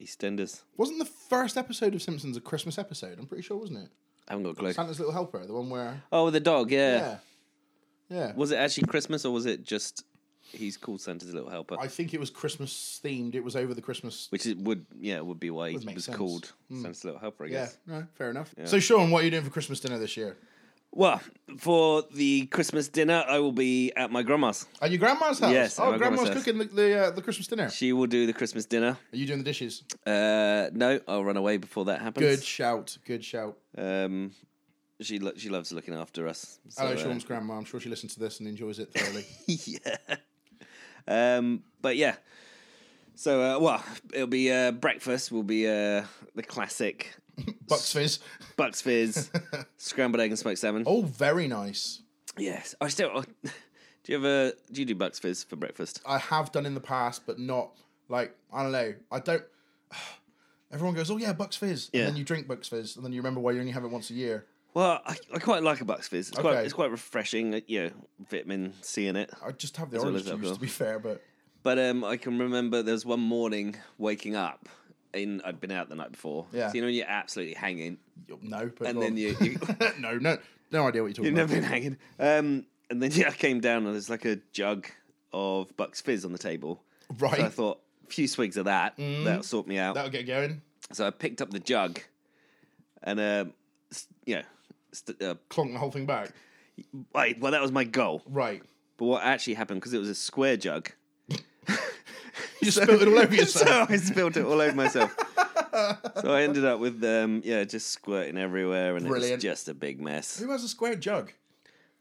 B: EastEnders.
A: Wasn't the first episode of Simpsons a Christmas episode? I'm pretty sure, wasn't it?
B: I haven't got a clue.
A: Santa's Little Helper, the one where
B: Oh, the dog. Yeah.
A: yeah, yeah.
B: Was it actually Christmas or was it just he's called Santa's little helper?
A: I think it was Christmas themed. It was over the Christmas.
B: Which it would yeah would be why he
A: make
B: was
A: sense. Hmm.
B: called Santa's little helper. I
A: Yeah,
B: guess.
A: no, fair enough. So, Sean, what are you doing for Christmas dinner this year?
B: Well, for the Christmas dinner, I will be at my grandma's.
A: At your grandma's house?
B: Yes, at
A: Oh,
B: my
A: grandma's,
B: grandma's house.
A: cooking the the, uh, the Christmas dinner.
B: She will do the Christmas dinner.
A: Are you doing the dishes?
B: Uh, no, I'll run away before that
A: Good
B: happens.
A: shout. Good shout.
B: Um, she lo- she loves looking after us. So,
A: Hello,
B: uh,
A: Sean's grandma. I'm sure she listens to this and enjoys it
B: (laughs)
A: thoroughly.
B: yeah. Um, but yeah. So uh, well, it'll be uh, breakfast. Will be uh, the classic
A: Bucks fizz. (laughs)
B: Bucks Fizz, scrambled egg and smoked salmon.
A: Oh, very nice.
B: Yes, I still. I- do you ever do you do Bucks Fizz for breakfast?
A: I have done in the past, but not like I don't know. I don't. (sighs) Everyone goes, "Oh yeah, Bucks Fizz,"
B: Yeah.
A: and then you drink Bucks Fizz, and then you remember why you only have it once a year.
B: Well, I, I quite like a Bucks Fizz. It's quite
A: Okay.
B: it's quite refreshing. uh, You know, vitamin C in it.
A: I just have the
B: well
A: orange
B: as
A: juice,
B: alcohol.
A: to be fair, but
B: But um, I can remember there was one morning waking up. In, I'd been out the night before.
A: Yeah.
B: So you know when you're absolutely hanging.
A: no. But
B: And
A: go
B: then
A: on. (laughs)
B: you- you-
A: no, no, no idea what you're talking about.
B: You've never been hanging. Um, and then (laughs) yeah, I came down and there's like a jug of Bucks Fizz on the table.
A: (laughs) Right.
B: So I thought, a few swigs of that,
A: Mm.
B: that'll sort me out.
A: That'll get going.
B: So I picked up the jug and, um, s you know, st- uh,
A: Clonk the whole thing back.
B: Right, well, that was my goal.
A: Right.
B: But what actually happened, because it was a square jug,
A: (laughs) You
B: (laughs)
A: just spilled it all over yourself.
B: so I spilled it all over
A: (laughs)
B: myself. so I ended up with, um, yeah, just squirting everywhere, and it
A: Brilliant.
B: was just a big mess.
A: Who has a square jug?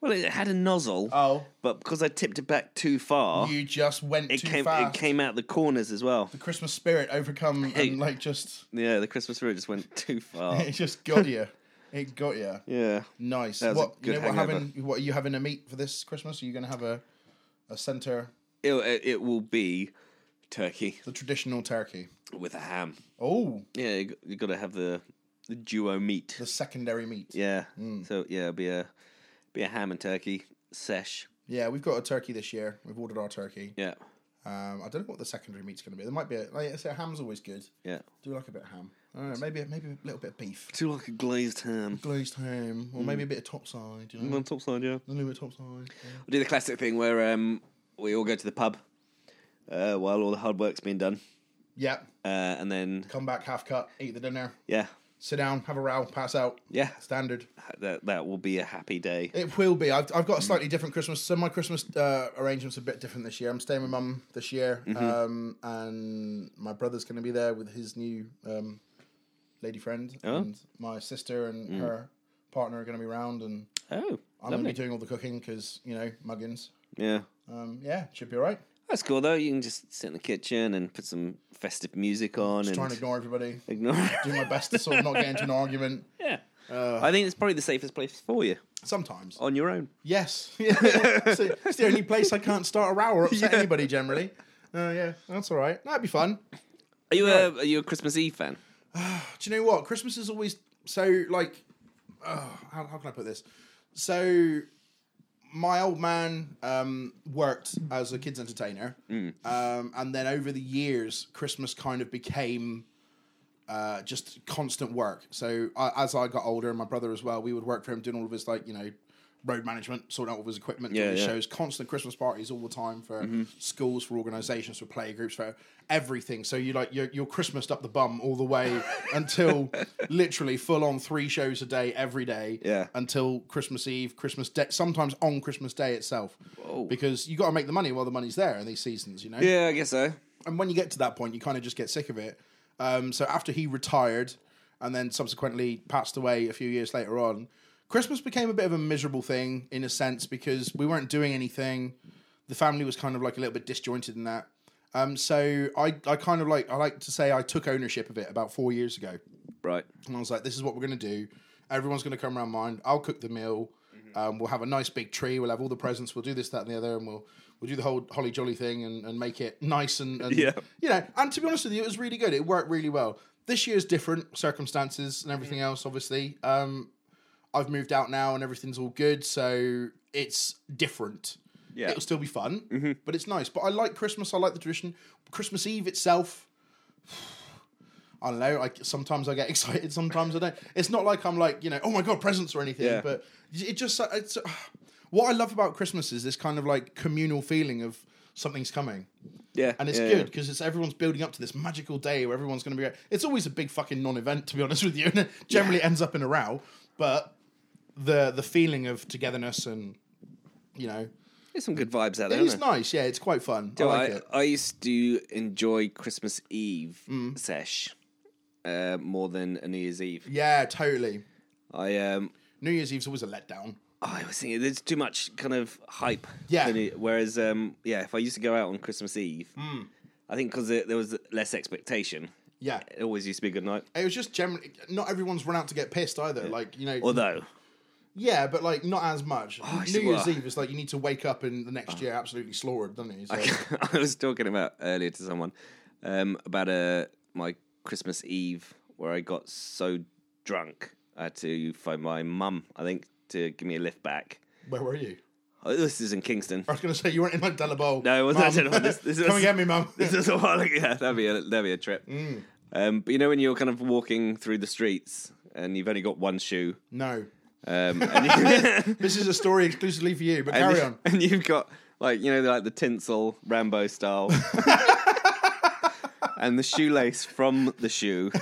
B: Well, it had a nozzle,
A: Oh,
B: but because I tipped it back too far,
A: you just went
B: it
A: too
B: came
A: fast.
B: it came out the corners as well. (laughs)
A: The Christmas spirit overcome and like just (laughs)
B: Yeah, the Christmas spirit just went too (laughs) far.
A: it just got you. It got you.
B: yeah.
A: Nice.
B: was a
A: What you
B: good
A: know? What
B: hangover.
A: having? What are you having a meat for this Christmas? Are you going to have a a center
B: It, it, it will be turkey
A: the traditional turkey?
B: with a ham.
A: Oh,
B: Yeah, you, you got to have the, the duo meat.
A: the secondary meat. Yeah.
B: Yeah. So yeah, it'll be a be a ham and turkey sesh.
A: we've got a turkey this year. We've ordered our turkey.
B: Yeah.
A: Um, I don't know what the secondary meat's going to be. There might be. A, like I say, ham's always good.
B: Yeah.
A: Do like a bit of ham. I don't know. Maybe maybe a little bit of beef,
B: Do like a glazed ham.
A: glazed ham, or
B: Mm.
A: maybe a bit of topside. You know,
B: On top side, yeah.
A: a little bit of topside. yeah.
B: We'll do the classic thing where um we all go to the pub uh, while all the hard work's being done.
A: Yeah.
B: Uh, and then
A: Come back half cut. Eat the dinner.
B: yeah.
A: Sit down. Have a row. Pass out.
B: Yeah.
A: Standard.
B: That that will be a happy day.
A: It will be. I've, I've got a slightly different Christmas. So my Christmas uh, arrangement's a bit different this year. I'm staying with mum this year, um, and my brother's going to be there with his new um, lady friend, and my sister and her partner are going to be round, and
B: Oh.
A: I'm going to be doing all the cooking because you know muggins.
B: Yeah.
A: Um, yeah, should be all right.
B: That's cool though. You can just sit in the kitchen and put some festive music on
A: Just trying
B: and
A: to ignore everybody.
B: (laughs) ignore.
A: Do Uh, my best to sort of not get into an argument.
B: yeah. I think it's probably the safest place for you
A: Sometimes.
B: on your own.
A: Yes. (laughs) Yeah. it's, the- it's the only place I can't start a row or upset anybody generally. Uh, yeah, that's all right. That'd be fun.
B: Are you a are you a Christmas Eve fan?
A: Do you know what? Christmas is always so like. Oh, how, how can I put this? So, my old man um, worked as a kids entertainer,
B: Mm.
A: um, and then over the years, Christmas kind of became uh, just constant work. So I as I got older, and my brother as well, we would work for him doing all of his like you know road management, sorting out all of his equipment, doing
B: Yeah,
A: his
B: yeah. Mm-hmm.
A: shows, constant Christmas parties all the time for schools, for organisations, for playgroups, for everything. So you like you're, you're Christmased up the bum all the
B: (laughs)
A: way until literally full on three shows a day every day
B: Yeah.
A: until Christmas Eve, Christmas Day, sometimes on Christmas Day itself, because you got to make the money while the money's there in these seasons, you know
B: Yeah, I guess so.
A: and when you get to that point, you kind of just get sick of it. Um, so after he retired and then subsequently passed away a few years later on, Christmas became a bit of a miserable thing in a sense because we weren't doing anything. The family was kind of like a little bit disjointed in that. Um, so I, I kind of like I like to say I took ownership of it about four years ago.
B: Right.
A: And I was like, this is what we're going to do. Everyone's going to come around mine. I'll cook the meal.
B: Mm-hmm.
A: Um, we'll have a nice big tree. We'll have all the presents. We'll do this, that, and the other. And we'll we'll do the whole holly jolly thing and, and make it nice. And, and
B: Yeah.
A: you know, and to be honest with you, it was really good. It worked really well. This year's different circumstances and
B: Mm-hmm.
A: everything else, obviously. Um, I've moved out now and everything's all good, so it's different.
B: Yeah. Mm-hmm.
A: It'll still be fun, but it's nice. But I like Christmas. I like the tradition. Christmas Eve itself. I don't know. I, sometimes I get (laughs) excited. Sometimes I don't. It's not like I'm like you know, oh my god, presents or anything.
B: Yeah.
A: But it just uh, it's what I love about Christmas is this kind of like communal feeling of something's coming.
B: Yeah.
A: And it's
B: yeah,
A: good because it's everyone's building up to this magical day where everyone's going to be. It's always a big fucking non-event, to be honest with you. (laughs) And it generally ends up in a row, but the the feeling of togetherness and you know,
B: yeah. There's some good vibes out there.
A: it's
B: isn't
A: nice. Yeah, it's quite fun. I
B: there?
A: like
B: I,
A: it.
B: I used to enjoy Christmas Eve
A: Mm.
B: sesh uh, more than a New Year's Eve.
A: Yeah, totally.
B: I um
A: New Year's Eve's always a letdown.
B: Oh, I was thinking there's too much kind of hype.
A: Yeah.
B: Than it- Whereas, um, yeah, if I used to go out on Christmas Eve, I think because there was less expectation,
A: Yeah,
B: it always used to be a good night.
A: it was just generally not everyone's run out to get pissed either. Like you know,
B: Although, (laughs)
A: yeah, but like not as much.
B: Oh, I
A: New
B: see
A: Year's
B: what-
A: Eve is like you need to wake up and the next year absolutely slaughtered, doesn't it? So,
B: I was talking about earlier to someone um, about uh, my Christmas Eve where I got so drunk I had to find my mum, I think, to give me a lift back.
A: where were you?
B: Oh, this is in Kingston.
A: I was going to say you weren't in like Delabole.
B: No, it wasn't
A: Mum.
B: Delabole. (laughs)
A: (laughs)
B: This- this
A: Come
B: was-
A: and get me, mum.
B: this is a while ago. Yeah, that'd be a, that'd be a trip. Um, but you know when you're kind of walking through the streets and you've only got one shoe,
A: No, (laughs)
B: um, and, you,
A: this is a story exclusively for you. But
B: and,
A: carry
B: you-
A: on.
B: and you've got like you know like the tinsel Rambo
A: (laughs)
B: style, and the shoelace from
A: (laughs)
B: the shoe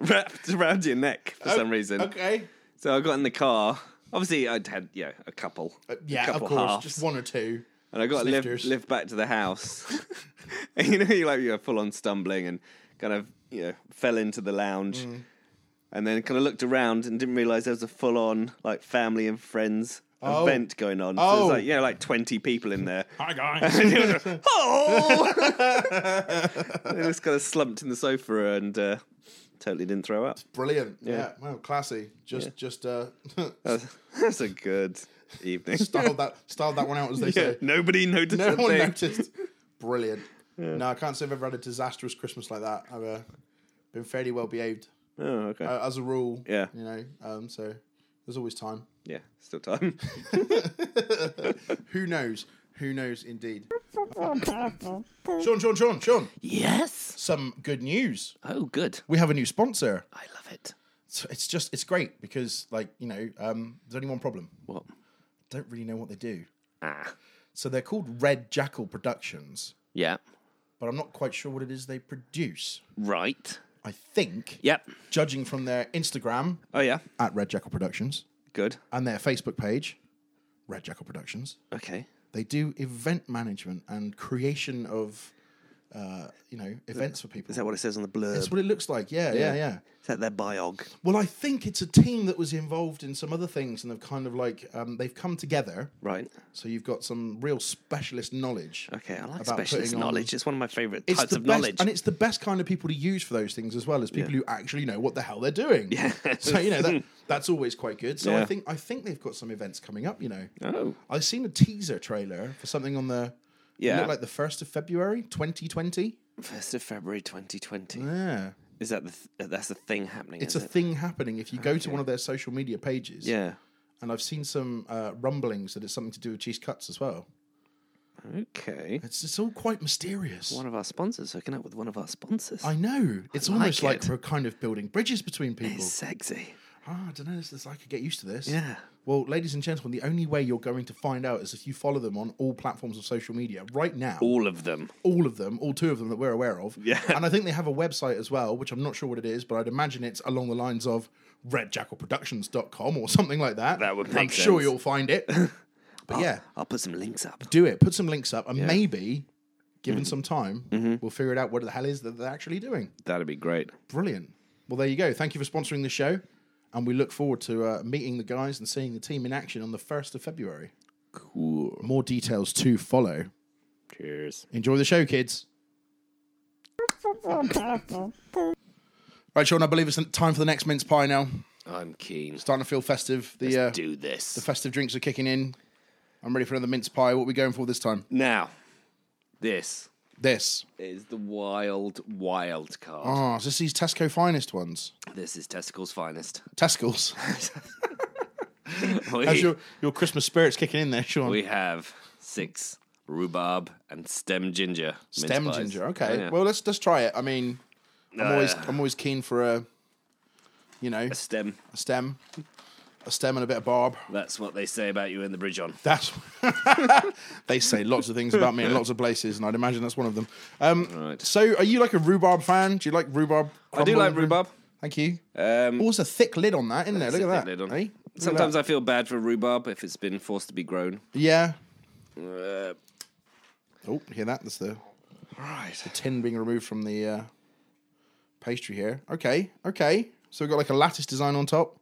B: wrapped around your neck for some reason.
A: Oh, Okay.
B: So I got in the car. Obviously, I'd had you know a couple, a
A: Uh, Yeah, of
B: couple
A: course.
B: halves.
A: Just one or two.
B: And I got to lift,
A: Snifters.
B: lift back to the house. (laughs) and you know, you like you're full on stumbling and kind of you know fell into the lounge,
A: Mm.
B: and then kind of looked around and didn't realize there was a full on like family and friends
A: Oh.
B: event going on. So
A: Oh.
B: there's like you know like twenty people in there.
A: Hi
B: And (laughs)
A: guys.
B: it was like, oh, and I was kind of slumped in the sofa and uh, totally didn't throw up.
A: Brilliant. Yeah. Well, classy. Just, just uh, (laughs)
B: (laughs) That's a good evening.
A: styled that, styled that one out as they
B: (laughs) Yeah,
A: say.
B: nobody noticed.
A: No
B: a
A: one
B: thing.
A: noticed. (laughs) Brilliant. No, I can't say I've ever had a disastrous Christmas like that. I've uh, been fairly well behaved
B: Oh, okay.
A: uh, as a rule.
B: Yeah.
A: You know. Um. So there's always time.
B: yeah, still time.
A: Who knows? Who knows? Indeed. Sean, Sean, Sean, Sean.
B: yes.
A: Some good news.
B: Oh, good.
A: We have a new sponsor.
B: I love it.
A: So it's just it's great because like you know um, there's only one problem
B: What?
A: don't really know what they do
B: Ah.
A: so they're called red jackal productions
B: Yeah.
A: but i'm not quite sure what it is they produce
B: Right.
A: i think
B: Yep.
A: judging from their instagram
B: Oh yeah.
A: at red jackal productions
B: Good.
A: and their facebook page red jackal productions
B: Okay.
A: they do event management and creation of uh, you know, events for people.
B: Is that what it says on the blurb?
A: That's what it looks like. Yeah, yeah, yeah.
B: Is that their biog?
A: Well, I think it's a team that was involved in some other things, and they've kind of like um, they've come together.
B: Right.
A: So you've got some real specialist knowledge.
B: Okay, I like
A: about
B: specialist
A: putting on-
B: knowledge. It's one of my favourite
A: It's
B: types
A: the
B: of
A: best-
B: knowledge.
A: and it's the best kind of people to use for those things as well as people who actually know what the hell they're doing. Yeah. (laughs) So you know that that's always quite good. So I
B: Yeah.
A: think I think they've got some events coming up. You know, (laughs)
B: oh,
A: I've seen a teaser trailer for something on the
B: Yeah.
A: looked like the first of February, twenty twenty.
B: first of February, twenty twenty.
A: Yeah,
B: Is that the th- uh, that's the thing happening?
A: it's
B: is
A: a
B: it?
A: thing happening. If you go to one of their social media pages,
B: yeah.
A: and I've seen some uh, rumblings that it's something to do with cheese cuts as well.
B: Okay.
A: It's it's all quite mysterious.
B: One of our sponsors hooking up with one of our sponsors.
A: I know. It's
B: like
A: almost like
B: it.
A: we're kind of building bridges between people.
B: It's sexy.
A: Ah, I don't know. This, this, I could get used to this.
B: Yeah.
A: Well, ladies and gentlemen, the only way you're going to find out is if you follow them on all platforms of social media right now. All,
B: All of them.
A: of them, all two of them that we're aware of.
B: Yeah.
A: And I think they have a website as well, which I'm not sure what it is, but I'd imagine it's along the lines of redjackalproductions.com or something like that.
B: That would
A: I'm
B: make
A: sure
B: sense.
A: you'll find
B: (laughs)
A: it. but yeah,
B: I'll put some links up.
A: do it. Put some links up, and maybe, given
B: Mm-hmm.
A: some time, we'll figure it out what the hell is that they're actually doing.
B: That'd be great.
A: Brilliant. Well, there you go. Thank you for sponsoring the show. And we look forward to uh, meeting the guys and seeing the team in action on the 1st of February.
B: Cool.
A: More details to follow.
B: Cheers.
A: Enjoy the show, kids. Right, Sean, I believe it's time for the next mince pie now.
B: I'm keen.
A: Starting to feel festive. The, uh,
B: Do this.
A: the festive drinks are kicking in. I'm ready for another mince pie. What are we going for this time?
B: now, this
A: This.
B: is the wild, wild card.
A: Ah, oh, is this these Tesco finest ones?
B: This is Tesco's finest. (laughs)
A: Tesco's.
B: We,
A: How's your, your Christmas spirit's kicking in there, Sean?
B: we have six rhubarb and stem ginger. mince
A: Stem
B: pies. Oh,
A: ginger. Okay.
B: Yeah.
A: Well, let's let's try it. I mean, I'm
B: Oh,
A: always I'm always keen for a, you know,
B: A stem.
A: a stem, a stem and a bit of barb.
B: That's what they say about you in the bridge on.
A: That's (laughs) they say lots of things about me in lots of places, and I'd imagine that's one of them. Um,
B: Right.
A: So, are you like a rhubarb fan? Do you like rhubarb?
B: I do like
A: crumbling?
B: rhubarb.
A: Thank you.
B: Um,
A: Always a thick lid on that, isn't there? Look at
B: Sit
A: that.
B: there, Lidl.
A: eh? Look at
B: Sometimes
A: that.
B: I feel bad for rhubarb if it's been forced to be grown.
A: yeah.
B: Uh,
A: Oh, hear that? That's the
B: right.
A: the tin being removed from the uh, pastry here. Okay, okay. So we've got like a lattice design on top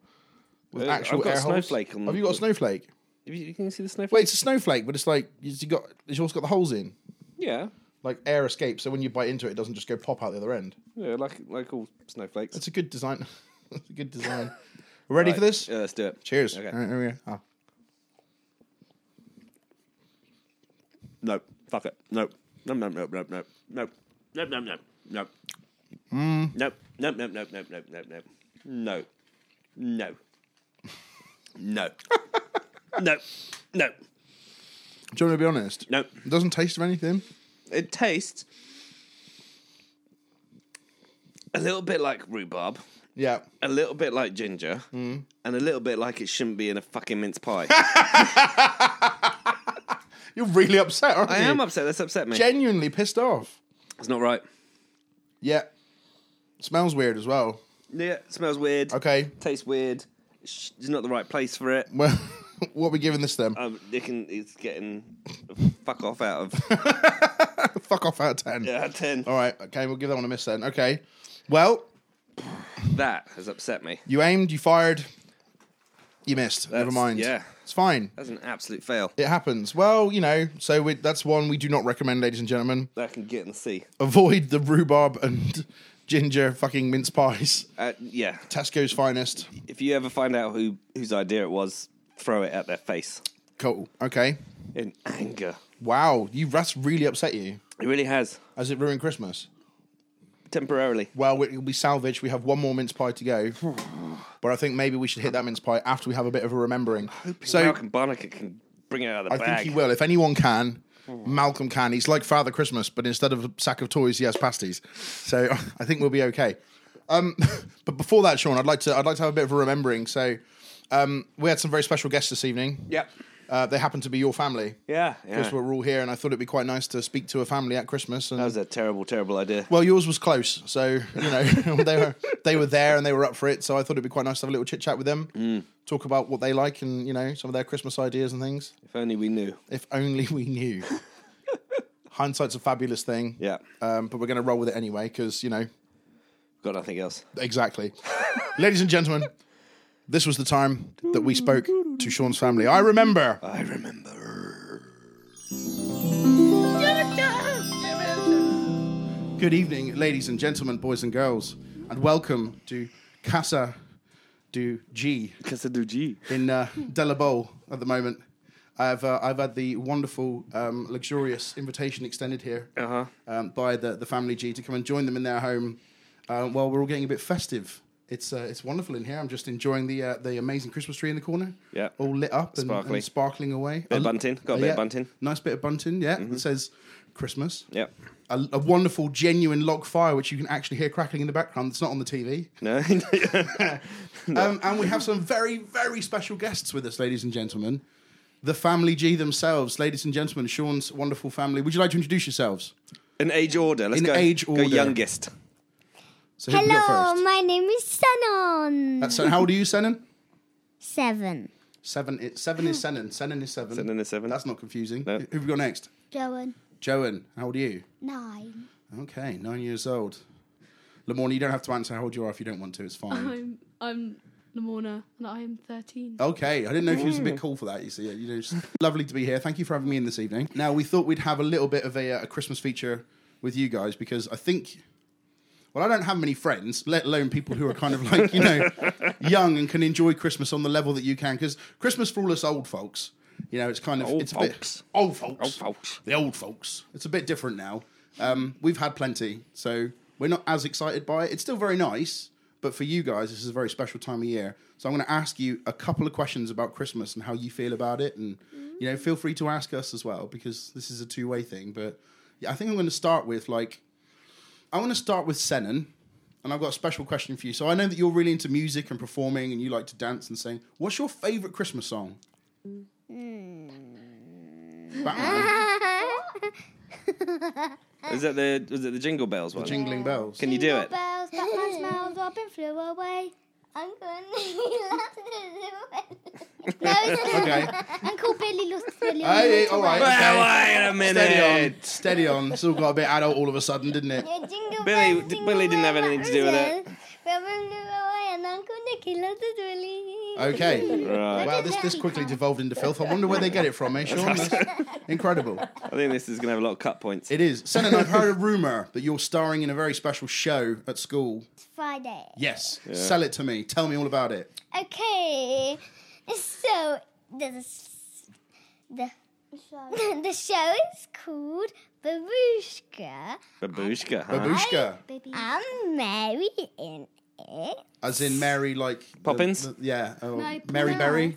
A: with
B: Uh,
A: actual
B: I've got
A: air
B: a
A: holes.
B: snowflake on-
A: Have you got a snowflake?
B: You, you can see the snowflake.
A: Wait, it's a snowflake, but it's like it's you got it's also got the holes in,
B: Yeah.
A: like air escape. So when you bite into it, it doesn't just go pop out the other end.
B: Yeah, like like all snowflakes.
A: It's a good design. (laughs) it's a good design. Ready for
B: (laughs) Right.
A: this?
B: Yeah, let's do it.
A: Cheers.
B: Okay.
A: All right, here we go. Ah.
B: No, fuck it. No, no, no, no, no, no, no, no, no, no, no, no, no, no, no, no, no, no, no, no, no, no, (laughs) no, no,
A: Do you want me to be honest?
B: no.
A: It doesn't taste of anything.
B: It tastes a little bit like rhubarb,
A: Yeah.
B: a little bit like ginger, and a little bit like it shouldn't be in a fucking mince pie.
A: You're really upset, aren't
B: I
A: you?
B: am upset. That's upset me.
A: Genuinely pissed off.
B: It's not right.
A: Yeah. Smells weird as well.
B: Yeah, it smells weird.
A: Okay. (laughs)
B: tastes weird. It's not the right place for it.
A: Well, what are we giving this then?
B: Um, they can, it's getting fuck off out of
A: (laughs) Fuck off out of 10.
B: yeah, ten.
A: All right, okay, we'll give that one a miss then. Okay. Well,
B: That has upset me.
A: you aimed, you fired, you missed. Never
B: That's-
A: mind.
B: yeah.
A: It's fine.
B: That's an absolute fail.
A: It happens. Well, you know, so we, that's one we do not recommend, ladies and gentlemen.
B: That can get in the sea.
A: Avoid the rhubarb and (laughs) ginger fucking mince pies.
B: Uh, yeah.
A: Tesco's finest.
B: If you ever find out who whose idea it was, throw it at their face
A: Cool. Okay.
B: in anger.
A: Wow, you that's really upset you.
B: It really has
A: Has it ruined Christmas?
B: temporarily.
A: Well, it'll be salvaged. We have one more mince pie to go. But I think maybe we should hit that mince pie after we have a bit of a remembering. So
B: Malcolm Barnacle can bring it out of the
A: I
B: bag.
A: think he will. If anyone can, Malcolm can. He's like Father Christmas, but instead of a sack of toys, he has pasties. So (laughs) I think we'll be okay. Um, (laughs) but before that, Sean, I'd like to I'd like to have a bit of a remembering. So um, we had some very special guests this evening.
B: Yep.
A: Uh, they happen to be your family.
B: Yeah.
A: Because
B: yeah.
A: we're all here, and I thought it'd be quite nice to speak to a family at Christmas. And
B: That was a terrible, terrible idea.
A: well, yours was close, so you know (laughs) they were they were there and they were up for it. So I thought it'd be quite nice to have a little chit chat with them,
B: Mm.
A: talk about what they like and you know some of their Christmas ideas and things.
B: (laughs) If only we knew.
A: If only we knew. Hindsight's a fabulous thing.
B: Yeah.
A: Um, but we're going to roll with it anyway because, you know,
B: Got nothing else.
A: Exactly. (laughs) Ladies and gentlemen, this was the time that we spoke to Sean's family. I remember.
B: I remember.
A: Good evening, ladies and gentlemen, boys and girls, and welcome to Casa do G
B: Casa do G.
A: in uh, Delabole at the moment. I've uh, I've had the wonderful, um, luxurious invitation extended here
B: Uh-huh.
A: um, by the the family G to come and join them in their home. Uh, while we're all getting a bit festive, it's uh, it's wonderful in here. I'm just enjoying the uh, the amazing Christmas tree in the corner.
B: Yeah.
A: all lit up and,
B: Sparkly.
A: and sparkling away.
B: Bit of
A: I lo-
B: bunting. Got a
A: uh,
B: bit of
A: yeah.
B: bunting. Mm-hmm.
A: Nice bit of bunting. Yeah, that says Christmas.
B: (laughs) Yep.
A: A, a wonderful, genuine log fire which you can actually hear crackling in the background. That's not on the TV.
B: No.
A: Um, and we have some very, very special guests with us, ladies and gentlemen. The family G themselves, ladies and gentlemen, Sean's wonderful family. Would you like to introduce yourselves?
B: In age order. Let's
A: In
B: go.
A: age
B: go
A: order.
B: youngest.
A: So who can go
D: Hello,
A: first?
D: my name is
B: Uh,
D: Sanon.
A: That's, so how old are you, Senan?
D: Seven.
A: Seven. Is, seven is Senan. Senan is seven.
B: Senan is seven.
A: That's not confusing.
B: No.
A: Who have we got next?
D: Joan.
A: Joan. How old are you?
D: (laughs) Nine.
A: Okay, nine years old. Lamorna, you don't have to answer how old you are if you don't want to. It's
D: (laughs)
A: fine.
E: I'm I'm Lamorna and I am thirteen.
A: Okay, I didn't know if you was a
B: Mm.
A: bit cool for that. You see, you know, it's (laughs) lovely to be here. Thank you for having me in this evening. Now we thought we'd have a little bit of a, uh, a Christmas feature with you guys because I think, well, I don't have many friends, let alone people who are kind of (laughs) like you
B: (laughs)
A: know, young and can enjoy Christmas on the level that you can. Because Christmas for all us old folks, you know, it's kind of
B: Old
A: it's
B: folks.
A: a bit old folks,
B: Old folks.
A: the old folks. It's a bit different now. Um, we've had plenty, so we're not as excited by it. It's still very nice, but for you guys, this is a very special time of year. So I'm going to ask you a couple of questions about Christmas and how you feel about it, and you know, feel free to ask us as well because this is a two way thing. But yeah, I think I'm going to start with like, I want to start with Senon. And I've got a special question for you. So I know that you're really into music and performing, and you like to dance and sing. What's your favorite Christmas song? Batman.
D: Ah.
B: (laughs) Is that the was it the jingle bells one?
A: Jingling bells.
B: Can you do it?
D: Bells, Batman smells, Robin flew away. I'm (laughs) going No, (laughs) it's
A: okay.
D: Uncle Billy lost Billy.
A: Hey, all right.
B: Well,
A: Okay.
B: wait a
A: Steady on.
B: minute.
A: Steady on. It's all got a bit adult all of a sudden, didn't it?
D: Yeah, jingle
B: Billy-
D: bells, jingle
B: Billy didn't have
D: bells,
B: anything to do with it.
D: Robin flew away and Uncle Nicky lost his Willy.
A: Okay.
B: Right.
A: Wow, this, this quickly devolved into filth. I wonder where they get it from, eh, Sean?
B: (laughs)
A: That's incredible.
B: I think this is gonna have a lot of cut points.
A: It is. Senan, I've heard a rumour that you're starring in a very special show at school.
D: It's Friday.
A: Yes. Sell it to me. Tell me all about it.
D: Okay, so the the (laughs) the show is called Babushka.
B: Babushka, huh?
A: Babushka.
D: I'm Mary in it.
A: As in Mary, like. the-
B: Poppins?
A: the- yeah. Oh,
E: No,
A: Mary
E: Poppins.
A: Berry?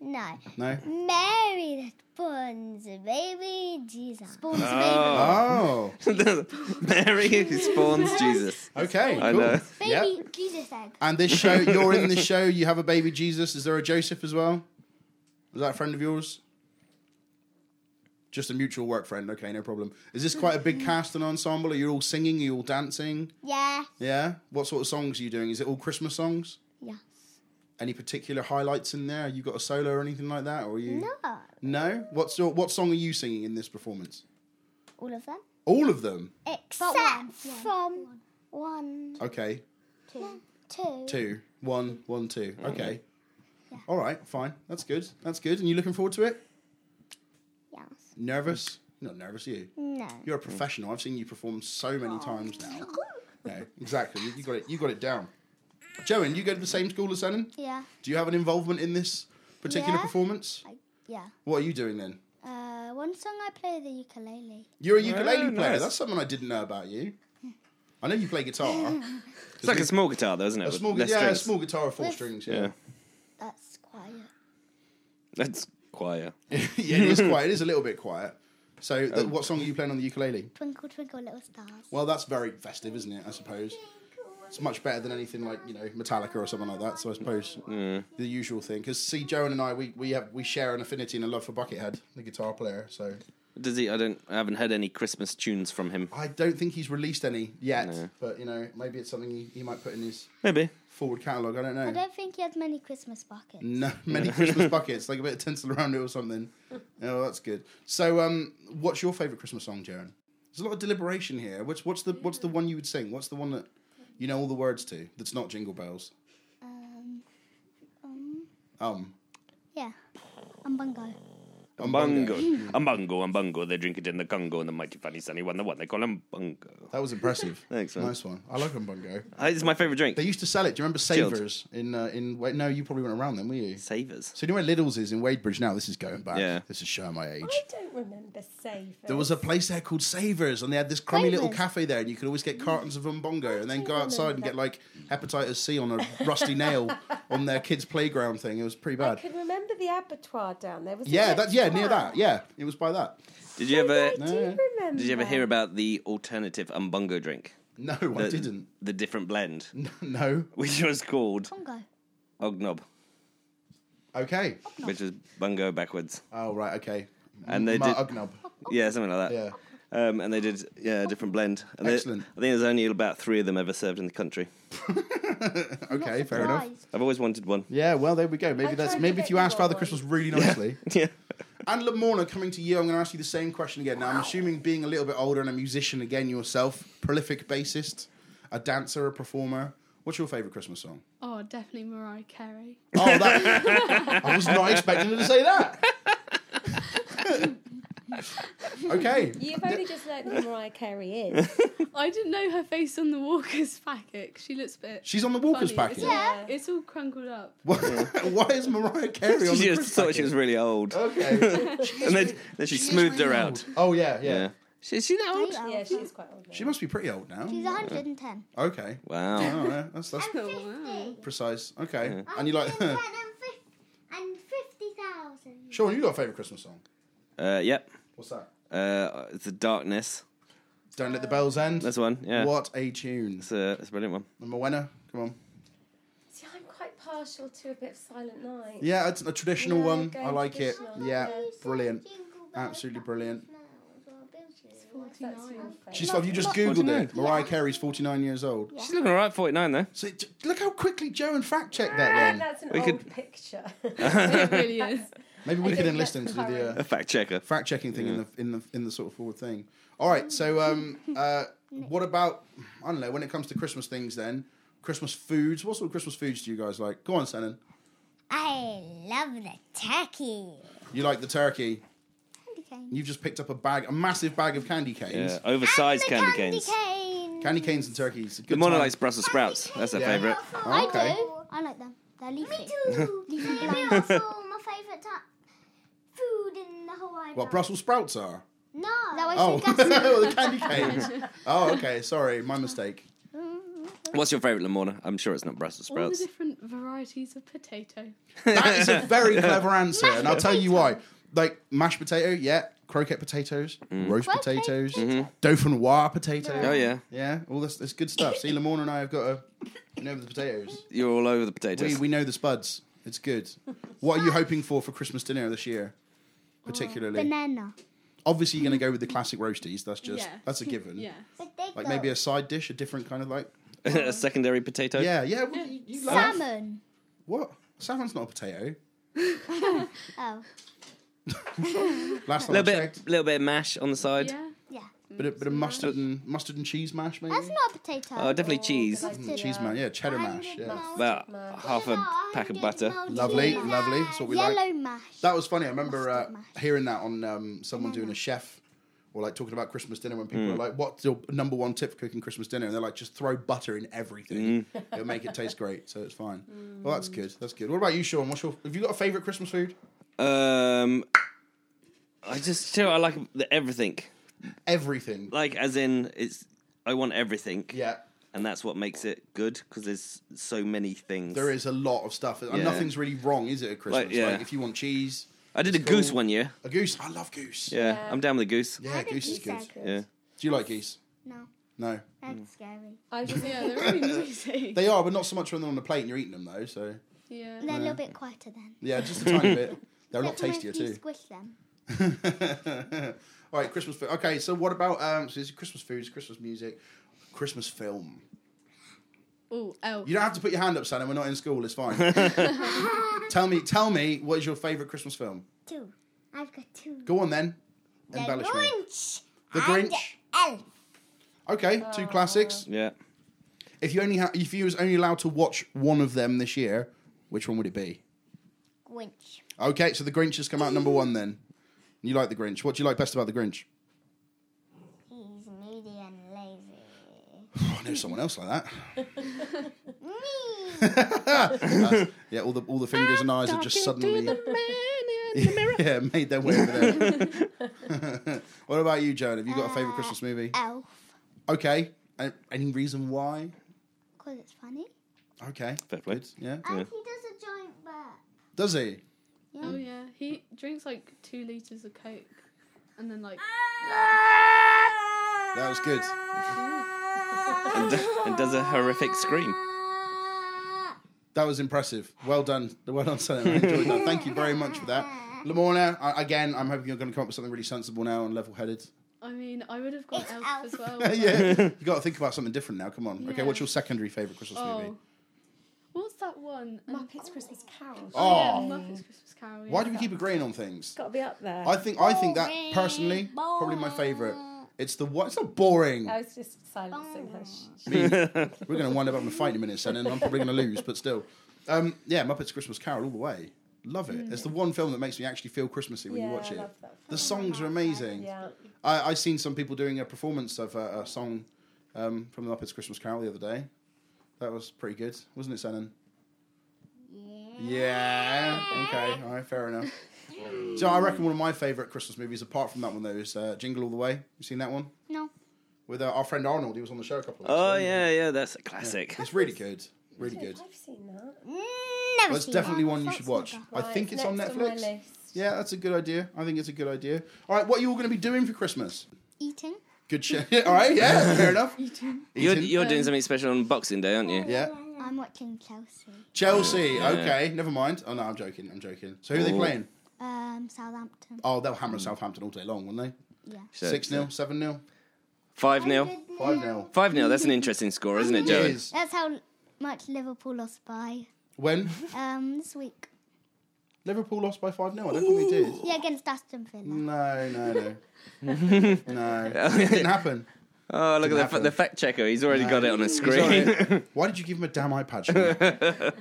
D: No,
A: No?
D: Mary that borns the baby Jesus.
E: Oh.
A: Oh.
B: (laughs) Mary who spawns Jesus.
A: Okay.
B: (laughs) I
A: cool.
B: know.
A: Yep.
D: Jesus egg.
A: And this
B: (laughs)
A: show, you're in this show, you have a baby Jesus. Is there a Joseph as well? Is that a friend of yours? Just a mutual work friend. Okay, no problem. Is this quite a big cast and ensemble? Are you all singing? Are you all dancing?
D: Yeah,
A: Yeah? What sort of songs are you doing? Is it all Christmas songs?
D: yes.
A: Any particular highlights in there? You got a solo or anything like that? Or are you
D: No,
A: No? What's your what song are you singing in this performance?
D: all of them
A: All of them?
D: except from one,
A: Okay.
D: two.
A: Two. One, one, two. Okay. All right, fine. That's good. That's good. And you looking forward to it?
D: Yes.
A: Nervous? You're not nervous, are you?
D: No.
A: You're a professional. I've seen you perform so many times now. No, exactly. You, you got it. You got it down. Joan, you go to the same school as Senan.
D: Yeah.
A: Do you have an involvement in this particular
D: Yeah.
A: performance?
D: I, yeah.
A: What are you doing then?
D: Uh, one song I play the ukulele.
A: You're a ukulele
B: Oh,
A: player.
B: nice.
A: That's something I didn't know about
D: (laughs)
A: you. I know you play guitar.
B: It's like a small guitar though, isn't it?
A: A
B: With
A: small,
B: less
A: yeah,
B: strings.
A: a small guitar of four
D: With-
A: strings.
B: Yeah.
A: Yeah,
D: That's quiet.
B: That's choir.
A: yeah. (laughs) it is quiet. It is a little bit quiet. So, th- what song are you playing on the ukulele?
D: Twinkle, twinkle, little stars.
A: Well, that's very festive, isn't it? I suppose it's much better than anything like you know Metallica or something like that. So I suppose the usual thing. Because see, Joan and I, we we have we share an affinity and a love for Buckethead, the guitar player. So
B: Does he I don't I haven't heard any Christmas tunes from him.
A: I don't think he's released any yet,
B: No.
A: but you know maybe it's something he, he might put in his
B: Maybe.
A: forward catalogue. I don't know.
D: I don't think he had many Christmas buckets.
A: No, many Christmas buckets, like a bit of tinsel around it or something. Oh, that's good. So, um, what's your favourite Christmas song, Jaron? There's a lot of deliberation here. What's what's the what's the one you would sing? What's the one that you know all the words to? That's not Jingle Bells.
D: Um,
A: Um,
D: yeah. And Bungo.
A: Umbongo.
C: Umbungo. Umbungo, Umbungo. They drink it in the Congo and the mighty funny sunny one, the one they call Umbungo.
A: That was impressive.
B: (laughs) Thanks, man.
A: Nice one. I like Umbongo.
B: Uh, It's my favourite drink.
A: They used to sell it. Do you remember
B: Chilled.
A: Savers in uh, in? Wait, no, you probably weren't around then, were you?
B: Savers.
A: So you know where Lidl's is in Wadebridge now. This is going back.
B: Yeah.
A: This is showing my age.
F: I don't remember savers.
A: There was a place there called Savers, and they had this crummy little
D: Savers.
A: cafe there, and you could always get cartons of umbongo, and then go
F: don't
A: outside and
F: remember.
A: get like hepatitis C on a
F: (laughs)
A: rusty nail on their kids' playground thing. It was pretty
F: I
A: bad.
F: can remember the abattoir down there. Was it
A: Yeah,
F: next
A: that's yeah
F: to
A: near that. Yeah, it was by that.
B: Did you ever?
F: I do
A: Yeah.
F: remember.
B: Did you ever hear about the alternative umbungo drink?
A: No,
B: The,
A: I didn't. (laughs)
B: The different blend,
A: No.
B: which was called
D: Bungo.
B: Ognob,
A: Okay.
B: which was bungo backwards.
A: Oh right. Okay.
B: And they
A: Ma-
B: did-
A: Ugnub.
B: Yeah, something like that.
A: Yeah.
B: Um, and they did yeah, a different blend. And they-
A: Excellent.
B: I think there's only about three of them ever served in the country.
A: Okay. Fair enough.
D: Surprised.
B: I've always wanted one.
A: Yeah. Well, there we go.
F: I
A: Maybe that's
F: tried to
A: maybe
F: get
A: if you
F: you
A: ask
F: on
A: Father
F: one. (laughs)
A: Christmas really nicely.
B: Yeah.
A: And Lamorna, coming to you, I'm going to ask you the same question again. Now, I'm assuming being a little bit older and a musician again yourself, prolific bassist, a dancer, a performer. What's your favourite Christmas
B: (laughs)
A: song?
E: Oh, definitely Mariah Carey.
A: Oh, that, I was not expecting her to say that. okay.
F: You've only just learned who Mariah Carey is.
A: (laughs)
E: I didn't know her face on the Walker's packet. 'cause She looks a bit.
A: She's on the Walkers
E: funny.
A: packet.
E: It's all-
D: Yeah.
E: It's all crumpled up.
A: Why, (laughs) why is
B: (laughs)
A: Mariah Carey on
B: She
A: the
B: just
A: Christmas
B: thought she was
A: packet?
B: really old. (laughs)
A: Okay.
B: and then, then she,
A: She is
B: smoothed her
A: really old.
B: out.
A: Oh, yeah, yeah.
B: Yeah. She, she's that old?
D: Hello.
F: Yeah, she's quite old. Now.
A: She must be pretty old now.
D: She's 110.
A: Okay.
B: Wow.
A: Oh, yeah. That's, that's
B: Hmm.
E: Oh,
A: precise. Okay. And you like. (laughs)
D: 110 Mm. and fif- and 50,000.
A: Sean, you got a favourite Christmas song?
B: Uh, yep.
A: What's that?
B: Uh, it's the darkness.
A: Don't let the bells end.
B: That's one. Yeah.
A: What a tune.
B: It's a, it's a brilliant one.
A: Number winner. Come on.
F: See, I'm quite partial to a bit of Silent Night.
A: Yeah, it's a traditional
F: Yeah,
A: one.
F: go
A: I like it.
F: traditional.
A: Yeah,
F: Yeah.
A: brilliant.
D: Jingle bells,
A: Absolutely brilliant.
D: bells are built
F: That's your favourite.
A: She's you just
B: Forty
A: googled
B: nine.
A: it. Mariah Carey's 49 years old.
B: She's looking alright, 49 though.
A: So j- look how quickly Joe and fact checked
F: Ah,
A: that then.
F: that's an
B: We
F: old
B: could- (laughs)
F: picture. (laughs)
E: it
D: (laughs)
E: really is.
A: Maybe we
F: I
A: could
F: think
A: enlist him
F: that's
A: to do the uh,
B: A fact checker.
A: fact checking thing in the in the in the sort of forward thing. All right.
F: (laughs)
A: So um uh what about I don't know when it comes to Christmas things then Christmas foods. What sort of Christmas foods do you guys like? Go on, Senan.
D: I love the turkey.
A: You like the turkey?
D: Candy cane.
A: You've just picked up a bag, a massive bag of candy canes.
B: Yeah. Oversized
D: The
B: candy canes.
D: cane.
A: Candy canes and turkeys. Good
B: The mono
A: time.
B: likes Brussels sprouts. That's her
A: Yeah.
B: favourite.
A: Oh, okay.
D: I do. I like them. They're leafy. Me too.
A: (laughs)
D: leafy plants. my favourite food in the whole island.
A: What Brussels sprouts are?
D: No. That was
A: Oh, (laughs)
D: oh.
A: the
D: gas.
A: candy canes. Oh, okay. Sorry, my mistake.
B: What's your favourite, Lamorna? I'm sure it's not Brussels
E: All the
B: sprouts.
E: different varieties of potato.
A: That is a very clever answer, and I'll tell you why. Like mashed potato, yeah. Croquette potatoes, roast
D: Croquette
A: potatoes, dauphinoise potato.
B: Oh, yeah.
A: Yeah, all this, this good stuff. See, Lamorna and I have got a. We know the potatoes.
B: You're all over the
A: We,
B: potatoes.
A: we know the spuds. It's good. What are you hoping for for Christmas dinner this year? Particularly,
D: (laughs) Banana.
A: obviously, you're going to go with the classic roasties. That's just
E: Yeah.
A: that's a given.
E: (laughs) Yeah.
A: Like maybe a side dish, a different kind of like.
B: (laughs) a secondary potato.
A: Yeah, yeah. Well, you, you love-
D: salmon.
A: What? Salmon's not a potato.
D: Oh,
A: Last time I
B: little bit,
A: checked,
B: little bit of mash on the side.
E: Yeah.
D: yeah.
A: bit of, bit of mustard and mustard and cheese mash, maybe. Mm,
D: That's not a potato.
B: Oh, definitely cheese.
D: Mustard.
A: cheese mash, yeah, cheddar mash. Yeah.
B: About half a pack of butter.
A: Lovely, lovely. That's what we
D: Yellow
A: like.
D: mash.
A: That was funny. I remember uh,
D: Mustard mash.
A: hearing that on um, someone doing a chef or like talking about Christmas dinner when people
B: Hmm.
A: are like, "What's your number one tip for cooking Christmas dinner?" And they're like, "Just throw butter in everything.
B: Hmm.
A: It'll make it taste great, so it's fine."
D: Hmm.
A: Well, that's good. That's good. What about you, Sean? What's your? Have you got a favorite Christmas food?
B: Um, I just sure I like the, everything.
A: Everything.
B: Like as in, it's I want everything.
A: Yeah.
B: and that's what makes it good because there's so many things.
A: There is a lot of stuff, and
B: Yeah.
A: nothing's really wrong, is it? At Christmas,
B: Like, yeah.
A: like if you want cheese,
B: I did a goose
A: called-
B: one year.
A: a goose. I love goose.
B: Yeah,
F: Yeah.
B: I'm down with a goose.
A: Yeah, goose is good.
B: Yeah,
A: Do you like geese?
D: No,
A: No.
D: that's
B: Mm.
D: scary.
A: Uh,
F: I was
E: Yeah, they're really noisy.
A: They are, but not so much when they're on the plate and you're eating them, though. So,
E: yeah.
D: They're a little bit quieter then.
A: yeah, just a tiny
B: (laughs)
A: bit. They're a lot
D: Except for
A: tastier,
D: if you
A: too.
D: Squish them.
A: (laughs) All right, Christmas food. Okay, so what about um, so this is Christmas foods, Christmas music, Christmas film?
E: Oh, oh.
A: You don't have to put your hand up, Santa. We're not in school. It's
B: (laughs)
A: fine. tell me, tell me, what is your favorite Christmas film?
D: Two. I've got two.
A: Go on then.
D: the
A: Embellish me.
D: Grinch.
A: The
D: and
A: Grinch.
D: Elf.
A: Okay, two classics.
B: Yeah.
A: If you only ha- if you was only allowed to watch one of them this year, which one would it be?
D: Grinch.
A: Okay, so the Grinch has come out number one. Then you like the Grinch. What do you like best about the Grinch?
D: He's moody and
A: (laughs)
D: lazy.
A: Oh, I know someone else like that. (laughs)
D: Me.
B: (laughs)
A: Yeah, all the all the fingers and eyes have just suddenly (laughs) yeah made their way over there. (laughs) what about you, Joan? Have you got a favorite Christmas movie?
D: Uh, Elf.
A: Okay, A- any reason why?
D: Because it's funny.
A: Okay,
B: (laughs) Fair play.
A: yeah,
D: And
B: Yeah.
D: he does a giant burp.
A: does he?
E: Oh yeah, he drinks like two liters of coke, and then like
A: That was good.
B: And, and does a horrific scream.
A: That was impressive. Well done. Well done, Senator. I enjoyed that. Thank you very much for that. Lamorna, I, again, I'm hoping you're going to come up with something really sensible now and level headed.
F: (laughs)
E: I mean, I would have gone
D: It's
E: elf,
D: elf.
E: as well.
A: (laughs)
E: but-
A: yeah. you got to think about something different now. Come on. Okay,
E: Yeah.
A: what's your secondary favourite Christmas movie?
E: Oh, what's that one? Um,
F: Muppets Christmas Carol.
A: Oh.
E: yeah, Muppets Christmas Carol. Yeah.
A: Why do we keep agreeing on things?
F: Got to be up there.
A: I think I think that personally probably my favourite. It's the what? It's not boring.
F: I was just silencing her. Shh, shh.
A: Me, we're going to wind up having a fight in a minute, Senator, and I'm
F: (laughs)
A: probably going to lose, but still. Um, yeah, Muppets Christmas Carol all the way. Love it. It's the one film that makes me actually feel Christmassy when
F: Mm. Yeah,
A: you watch
F: I
A: it.
F: love that
A: The
F: film.
A: songs are amazing.
F: Yeah.
A: I, I seen some people doing a performance of a, a song um, from the Muppets Christmas Carol the other day. That was pretty good, wasn't it, Senan? Yeah. Okay. All right. Fair enough. So I reckon one of my favourite Christmas movies, apart from that one, though, is uh, Jingle All the Way. You seen that one
D: No.
A: with uh, our friend Arnold? He was on the show a couple of weeks
B: (laughs) Oh
A: ago.
B: yeah, yeah, that's a classic.
A: It's really good. Really good.
F: I've seen that.
D: Never
A: That's
D: seen
A: definitely
D: that.
A: one you should watch. I
F: Right,
A: think it's on
F: next
A: Netflix.
F: my list.
A: Yeah, that's a good idea. I think it's a good idea. All right. What are you all going to be doing for Christmas?
D: Eating.
A: Good shit. (laughs) all right. Yeah. Fair enough.
B: You're,
A: Eating.
B: you're doing something special on Boxing Day, aren't you?
A: Yeah.
D: I'm watching Chelsea.
A: Chelsea. Okay, never mind. Oh no, I'm joking. I'm joking. So who are they
B: Ooh.
A: playing?
D: Um, Southampton.
A: Oh, they'll hammer Southampton all day long, won't
D: Yeah.
A: they? Six 0 seven 0
B: Five 0
D: Good
A: five
D: now.
A: 0
B: Five 0 That's an interesting score, isn't it, Joe?
A: Cheers.
D: That's how much Liverpool lost by
A: When
D: um this week.
A: Liverpool lost by five 0 I don't think they did.
D: Yeah, against Aston Villa.
A: No, no, no, no. It didn't happen.
B: Oh, look at the,
A: happen.
B: fa- the fact checker. He's already got it on a
A: He's all
B: screen.
A: right. Why did you give him a damn iPad? Sean?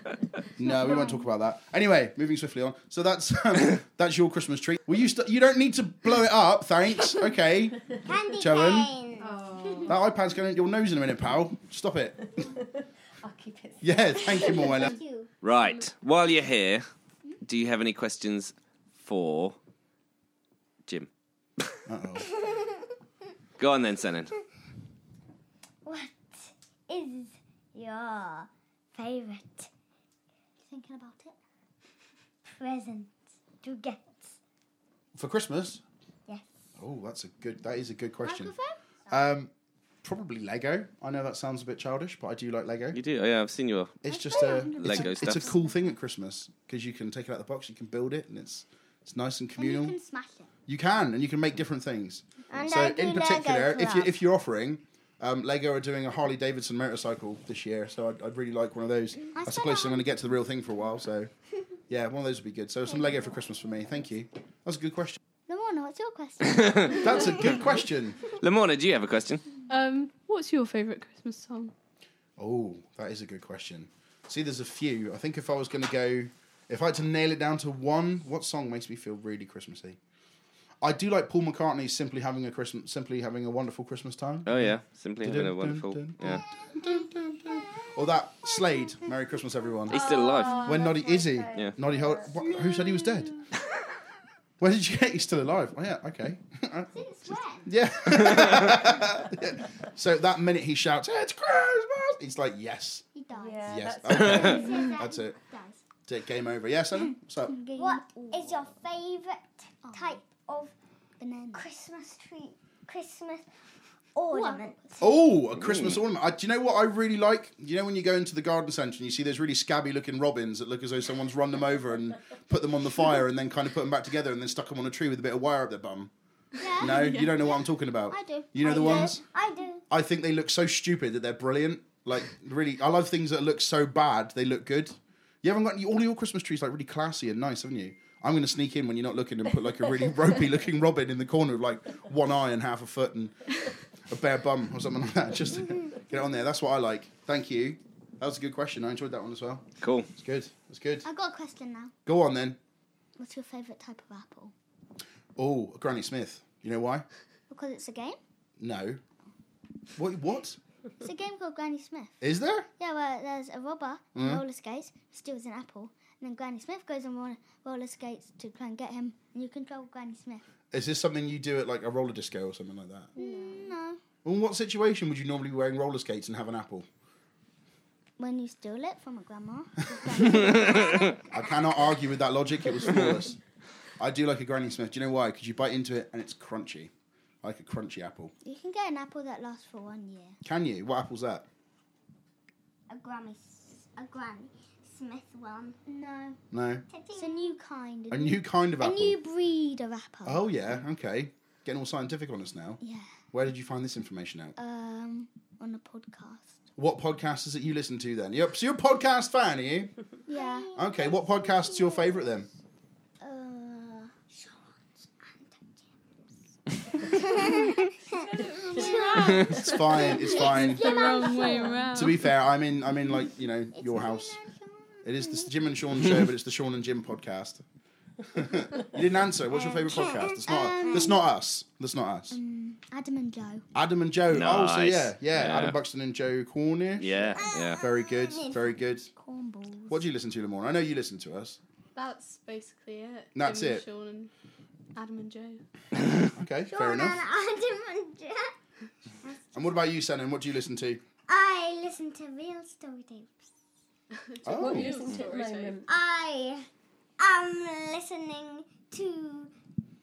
A: no, we won't talk about that. Anyway, moving swiftly on. So that's (laughs) um, that's your Christmas treat. Well, you st- you don't need to blow it up. Thanks. Okay,
D: Candy
A: Joan?
D: cane.
E: Oh.
A: that iPad's going in your nose in a minute, pal. Stop it.
F: I'll keep it.
A: Yeah, thank you,
D: (laughs)
A: Moella.
D: You.
B: (laughs) right. While you're here, do you have any questions for Jim?
A: Uh-oh.
B: Go on then, Senan.
D: What is your favorite? Thinking about it. Present to get.
A: For Christmas?
D: Yes.
A: Oh, that's a good. That is a good question. Um, probably Lego. I know that sounds a bit childish, but I do like Lego.
B: You do? Oh, yeah, I've seen your.
A: It's just a it's
B: Lego
A: A, it's a
B: stuffs.
A: cool thing at Christmas because you can take it out of the box, you can build it, and it's it's nice and
D: And you
A: communal.
D: can smash it.
A: You can, and you can make different things.
D: And
A: so,
D: I do
A: in
D: Lego
A: particular, if you
D: Club.
A: if you're offering, um, Lego are doing a Harley Davidson motorcycle this year, so I'd, I'd really like one of those. I,
D: said
A: suppose
D: I-
A: I'm going to get to the real thing for a while,
D: (laughs)
A: so yeah, one of those would be good. So some Lego for Christmas for me. Thank you. That's a good question.
D: Lamorna, what's your
A: (laughs)
D: question?
A: That's a good question.
B: Lamorna, do you have a question?
A: Mm-hmm.
E: Um, what's your favourite Christmas (laughs) song?
A: Oh, that is a good question. See, there's a few. I think if I was going to go, if I had to nail it down to one, what song makes me feel really Christmassy? I do like Paul McCartney's "Simply Having a Christmas," simply having a wonderful Christmas time.
B: Oh, yeah. Simply having a
A: Dun, dun,
B: wonderful.
A: dun.
B: Yeah.
A: Or that Slade, "Merry Christmas, Everyone."
B: He's still alive.
A: when Noddy is he?
B: Yeah.
A: Noddy Hol- what, Who said he was dead? Where did you get? He's still alive. Oh yeah, okay. (laughs)
D: Since when?
A: yeah. (laughs) Yeah. So that minute he shouts, "It's Christmas!" He's like, "Yes,
D: He dies.
F: Yeah,
A: yes."
F: that's
A: okay.
D: He says
A: (laughs)
D: that
A: That's it.
D: he dies.
A: T- Game over. Yes, Adam. What's up?
D: What is your favourite type of Christmas tree? Christmas ornament.
A: Oh, a Christmas ornament. I, do you know what I really like? You know when you go into the garden centre and you see those really scabby looking robins that look as though someone's run them over and put them on the fire and then kind of put them back together and then stuck them on a tree with a bit of wire up their bum. No, you don't know what I'm talking about.
D: I do.
A: You know
D: I
A: the
D: do.
A: ones?
D: I do.
A: I think they look so stupid that they're brilliant. Like really, I love things that look so bad they look good. You haven't got any, all your Christmas trees like really classy and nice, haven't you? I'm going to sneak in when you're not looking and put like a really ropey looking Robin in the corner with like one eye and half a foot and a bare bum or something like that. Just to get it on there. That's what I like. Thank you. That was a good question. I enjoyed that one as well.
B: Cool.
A: It's good. It's good.
D: I've got a question now.
A: Go on then.
D: What's your favourite type of apple?
A: Oh, a Granny Smith. You know why?
D: Because it's a game.
A: No. What? What
D: It's a game called Granny Smith.
A: is there?
D: Yeah, well, there's a robber on
A: Mm.
D: roller skates, steals an apple, and then Granny Smith goes on ro- roller skates to try and get him, and you control Granny Smith.
A: Is this something you do at like a roller disco or something like that?
D: No,
A: Well, in what situation would you normally be wearing roller skates and have an apple?
D: when you steal it from a grandma.
A: (laughs) I cannot argue with that logic. It was flawless. I do like a Granny Smith. Do you know why? Because you bite into it and it's crunchy. I like a crunchy apple.
D: You can get an apple that lasts for one year.
A: Can you? What apple's that?
D: A Granny, a Granny Smith one. No,
A: No.
D: it's a new kind.
A: A new kind of
D: a
A: apple.
D: new breed of apple.
A: Oh yeah. Okay. Getting all scientific on us now.
D: Yeah.
A: Where did you find this information out?
D: Um, on a podcast.
A: What podcast is it you listen to then? Yep. So you're a podcast fan, are you?
D: Yeah.
A: Okay. What podcast's your favourite then?
D: Uh, Sean's
A: It's fine. It's
D: (laughs)
A: fine.
E: The wrong way around.
A: to be fair, I'm in. I'm in like you know your house. It is the Jim and Sean show, but it's the Sean and Jim podcast. you didn't answer. What's your favourite podcast? That's not. that's not us. That's not us.
D: Adam and Joe.
A: Adam and Joe. Oh, so
B: Nice.
A: yeah, yeah,
B: Yeah.
A: Adam Buxton and Joe Cornish.
B: Yeah, yeah.
A: Very good. Very good.
D: Cornballs.
A: What do you listen to, Lamorne? I know you listen to us.
E: That's basically it.
A: That's
E: Jim and
A: it.
E: Sean and Adam and Joe. (laughs)
A: Okay, fair enough.
D: Adam and Joe.
A: And what about you, Senan? What do you listen to?
D: I listen to real story tapes.
A: Oh,
E: Real
F: Listen to it at
E: story
F: the
E: tape.
F: moment.
D: I am listening to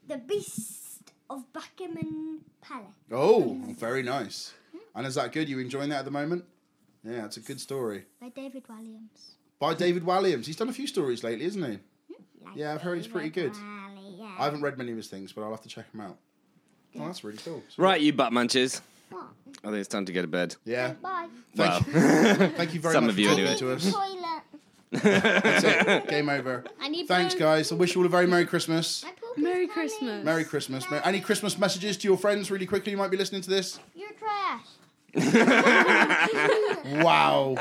D: The Beast of Buckingham Palace.
A: oh, very nice. And is that good? You enjoying that at the moment? Yeah, it's a good story
D: By David Williams.
A: by David Walliams. He's done a few stories lately, isn't he? Yeah, I've heard he's pretty good. I
D: Yeah.
A: haven't read many of his things, but I'll have to check him out. Oh, that's really cool. So-
B: (laughs) Right, you butt munchers.
D: What?
B: I think it's time to go to bed.
A: Yeah.
D: Bye.
A: Thank, you,
B: Wow.
A: thank you very
B: Some
A: much
B: of
A: for
B: you
A: talking
B: anyway.
A: to us.
D: Toilet.
B: (laughs)
A: (laughs) That's it. Game over.
D: I need
A: Thanks, guys. I wish you all a very Merry Christmas.
E: Merry Christmas.
A: Merry Christmas. Mer- Any Christmas messages to your friends really quickly? You might be listening to this.
D: You're trash.
A: Wow.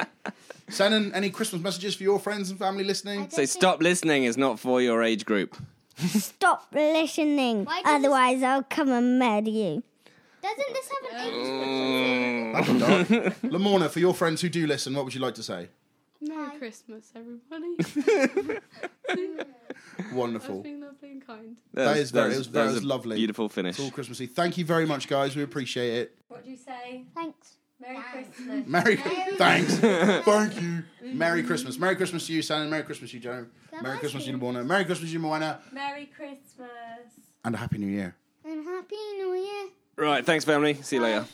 A: Shannon, any Christmas messages for your friends and family listening?
D: don't
B: Say
D: think-
B: stop listening is not for your age group.
G: Stop listening,
D: Why does-
G: otherwise I'll come and murder you.
D: Doesn't this have an age?
A: Mm. Lamorna, for your friends who do listen, what would you like to say?
E: Merry
D: Bye.
E: Christmas,
A: (laughs)
E: everybody. I was
A: Wonderful.
E: being lovely and kind.
A: That is very- it was- that was
B: a
A: lovely.
B: Beautiful finish.
A: It's all Christmassy. Thank you very much, guys. We appreciate it.
F: What do you say?
D: Thanks.
F: Merry Christmas.
A: Merry, (laughs) thanks, thank you. Merry Christmas. Merry Christmas to you, Shannon. Merry Christmas to you, Joe. Merry Christmas to you, Lorna. Merry Christmas to you, Moana.
F: Merry Christmas.
A: And a happy new year.
D: And happy new year.
B: Right, thanks, family. See
A: Ah.
B: you later.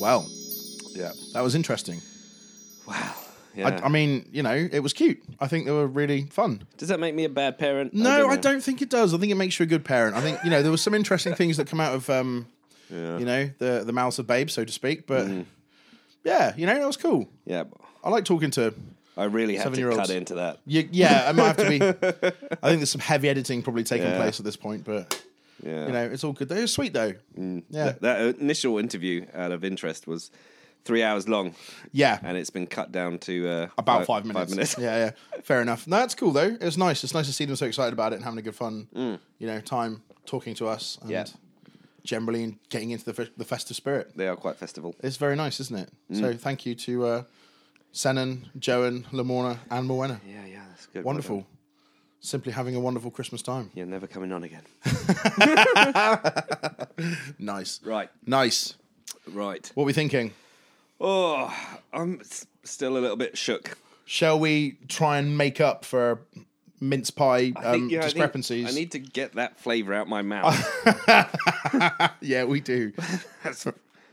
A: Well, yeah, that was interesting.
B: Yeah.
A: I, I mean, you know, it was cute. I think they were really fun.
B: Does that make me a bad parent?
A: No, I don't,
B: know.
A: think it does. I think it makes you a good parent. I think you know there were some interesting things that come out of um, you know the the mouths of babes, so to speak. But yeah, you know that was cool.
B: Yeah,
A: I like talking to
B: I really have to
A: Seven-year-olds.
B: cut into that.
A: you. Yeah, I might have to be. I think there's some heavy editing probably taking
B: Yeah.
A: place at this point, but
B: Yeah.
A: you know it's all good. They were sweet though.
B: Mm.
A: Yeah,
B: that uh, initial interview out of interest was three hours long,
A: yeah.
B: and it's been cut down to uh,
A: about five minutes. Yeah, yeah. Fair enough. No, that's cool though. It's nice. It's nice to see them so excited about it and having a good fun. You know, time talking to us and
B: Mm. Yeah.
A: generally getting into the fe- the festive spirit.
B: (laughs) They are quite festival.
A: It's very nice, isn't it?
B: Mm.
A: So thank you to uh, Senan, Joan, Lamorna, and Morwenna.
B: Yeah, yeah, that's good. Well
A: Wonderful.
B: done.
A: Simply having a wonderful Christmas
B: (laughs)
A: time.
B: You're never coming on again.
A: Nice.
B: Right,
A: Nice.
B: right.
A: What are we thinking?
B: Oh, I'm s- still a little bit shook.
A: Shall we try and make up for mince pie
B: I think-
A: um,
B: yeah, I think
A: discrepancies?
B: I need to get that flavour out
A: (laughs)
B: my mouth. (laughs)
A: yeah, we do.
B: That's-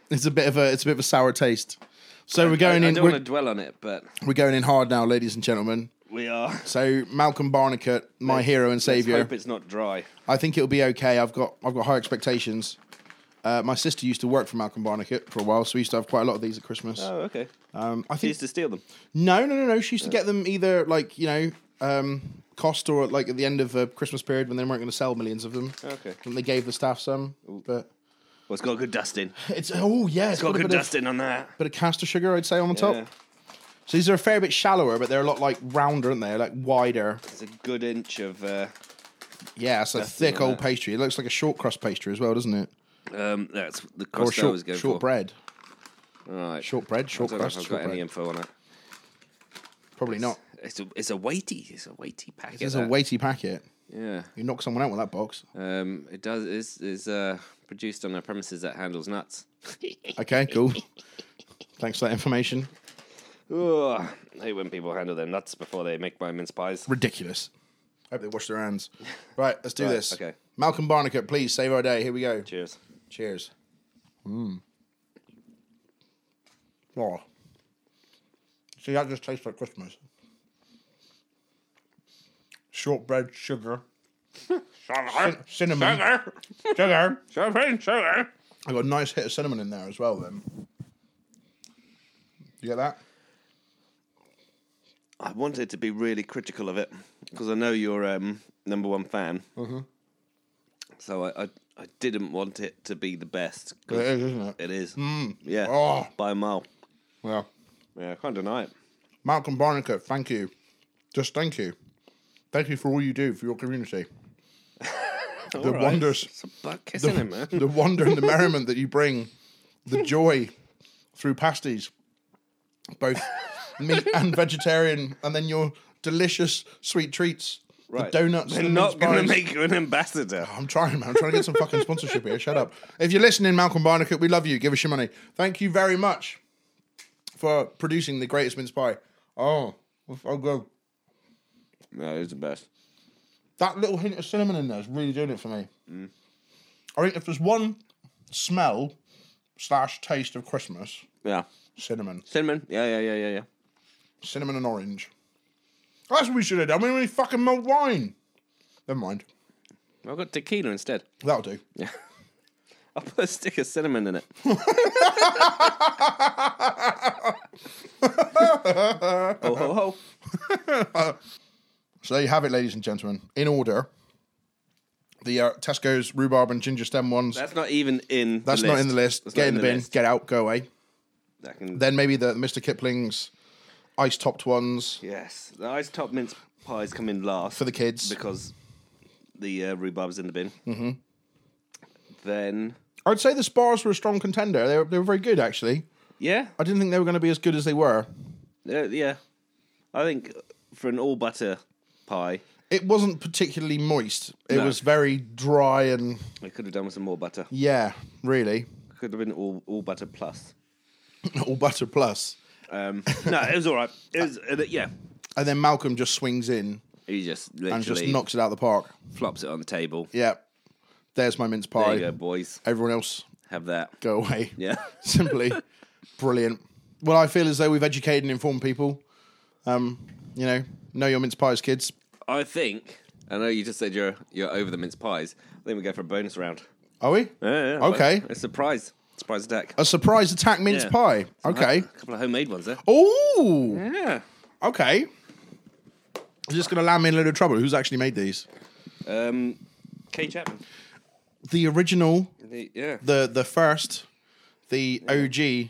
A: It's a bit of a it's a bit of a sour taste. So we're going
B: I, I
A: in
B: don't
A: we're,
B: want to dwell on it, but
A: we're going in hard now, ladies and gentlemen.
B: we are. (laughs)
A: So Malcolm Barnicut, my hero and
B: Let's
A: savior.
B: hope it's not dry.
A: I think it'll be okay. I've got I've got high expectations. Uh, my sister used to work for Malcolm Barnicot for a while, so we used to have quite a lot of these at Christmas.
B: Oh, okay.
A: Um, I
B: She
A: think
B: used to steal them.
A: no, no, no, no. She used to get them either like you know um, cost or like at the end of a Christmas period when they weren't going to sell millions of them.
B: Okay.
A: And they gave the staff some, but
B: Well, it's got a good
A: (laughs)
B: dusting.
A: it's oh yeah,
B: It's got a
A: a
B: good
A: bit of,
B: dusting on that.
A: bit of caster sugar, I'd say on the
B: Yeah.
A: top. So these are a fair bit shallower, but they're a lot like rounder, aren't they? Like wider.
B: It's a good inch of. Uh,
A: Yeah, it's a
B: Definitely
A: thick old
B: that.
A: pastry. It looks like a short crust pastry as well, doesn't it?
B: um, that's the
A: Or
B: crust I was
A: short,
B: going
A: short
B: for.
A: bread,
B: All right.
A: short bread,
B: I
A: short
B: don't know if
A: crust,
B: I've
A: short
B: got
A: bread.
B: any info on it.
A: Probably not.
B: It's a, it's a weighty. It's a weighty packet.
A: This is a
B: that.
A: weighty packet.
B: Yeah.
A: You knock someone out with that box.
B: Um, it does. Is is uh, produced on a premises that handles nuts.
A: Okay,
B: (laughs)
A: cool. Thanks for that information.
B: Ugh, I hate when people handle their nuts before they make my mince pies.
A: Ridiculous. Hope they wash their hands. Right, let's do
B: Right,
A: this.
B: okay.
A: Malcolm Barnicot, please save our day. Here we go.
B: Cheers.
A: Cheers. Mm. Oh. See, that just tastes like Christmas. Shortbread, sugar, cin- cinnamon, sugar, sugar.
C: Champagne, sugar.
A: I got a nice hit of cinnamon in there as well. Then you get that?
B: I wanted to be really critical of it because I know you're um, number one fan.
A: Mm-hmm.
B: So I, I I didn't want it to be the best. 'cause
A: It is, isn't it?
B: It is. Yeah.
A: Oh.
B: By a mile.
A: Yeah.
B: Yeah, I can't deny it.
A: Malcolm Barnicot, thank you. Just thank you. Thank you for all you do for your community. the wonders,
B: It's a butt kissing him, man.
A: (laughs) the wonder and the merriment that you bring, the joy through pasties, both meat and vegetarian, and then your delicious sweet treats,
B: Right.
A: the donuts.
B: They're
A: the
B: not
A: mince
B: going to
A: pies.
B: make you an ambassador.
A: I'm trying, man. I'm trying to get some fucking sponsorship here. Shut up. If you're listening, Malcolm Barnicot, we love you. Give us your money. Thank you very much for producing the greatest mince pie. Oh, it's so good.
B: No, it's the best.
A: That little hint of cinnamon in there is really doing it for me.
B: Mm.
A: I think if there's one smell slash taste of Christmas,
B: Yeah.
A: cinnamon.
B: Cinnamon. Yeah, yeah, yeah, yeah, yeah.
A: Cinnamon and orange. That's what we should have done. We only fucking mulled wine. Never mind.
B: I've got tequila instead.
A: That'll do.
B: I'll put a stick of cinnamon in
A: (laughs)
B: it. oh, ho, ho.
A: So there you have it, ladies and gentlemen. In order, the uh, Tesco's rhubarb and ginger stem ones.
B: That's not even in
A: That's
B: the
A: not
B: list.
A: in the list.
B: That's
A: get
B: not
A: in the bin.
B: list.
A: Get out. Go away.
B: That can,
A: Then maybe the Mr. Kipling's ice topped ones
B: yes. The ice top mince pies come in last.
A: for the kids.
B: Because the uh, rhubarb's in the bin. Mm-hmm. Then,
A: I'd say the spars were a strong contender. They were, they were very good, actually.
B: yeah,
A: I didn't think they were going to be as good as they were.
B: uh, yeah. I think for an all butter pie,
A: It wasn't particularly moist. It
B: No.
A: was very dry and
B: I could have done with some more butter.
A: yeah, really (laughs)
B: Could have been all all butter plus.
A: all butter plus.
B: Um, no, it was all right. It was uh, yeah.
A: And then Malcolm just swings in
B: He just
A: and just
B: literally
A: knocks it out the park.
B: flops it on the table.
A: Yeah, there's my mince
B: There
A: pie.
B: you go, boys.
A: Everyone else,
B: Have that.
A: go away.
B: (laughs) Yeah.
A: (laughs) simply brilliant. Well, I feel as though we've educated and informed people. Um, you know, know your mince pies, kids.
B: I think. I know you just said you're you're over the mince pies. I think we go for a bonus round.
A: Are we?
B: Yeah, yeah,
A: Okay.
B: A surprise. Surprise attack.
A: A surprise attack mince
B: Yeah.
A: pie. Okay.
B: A couple of homemade ones there.
A: Oh,
B: Yeah.
A: okay. I'm just going to land me in a load of trouble. Who's actually made these?
B: Um, Kay Chapman.
A: The original,
B: The- yeah.
A: the the first, the OG.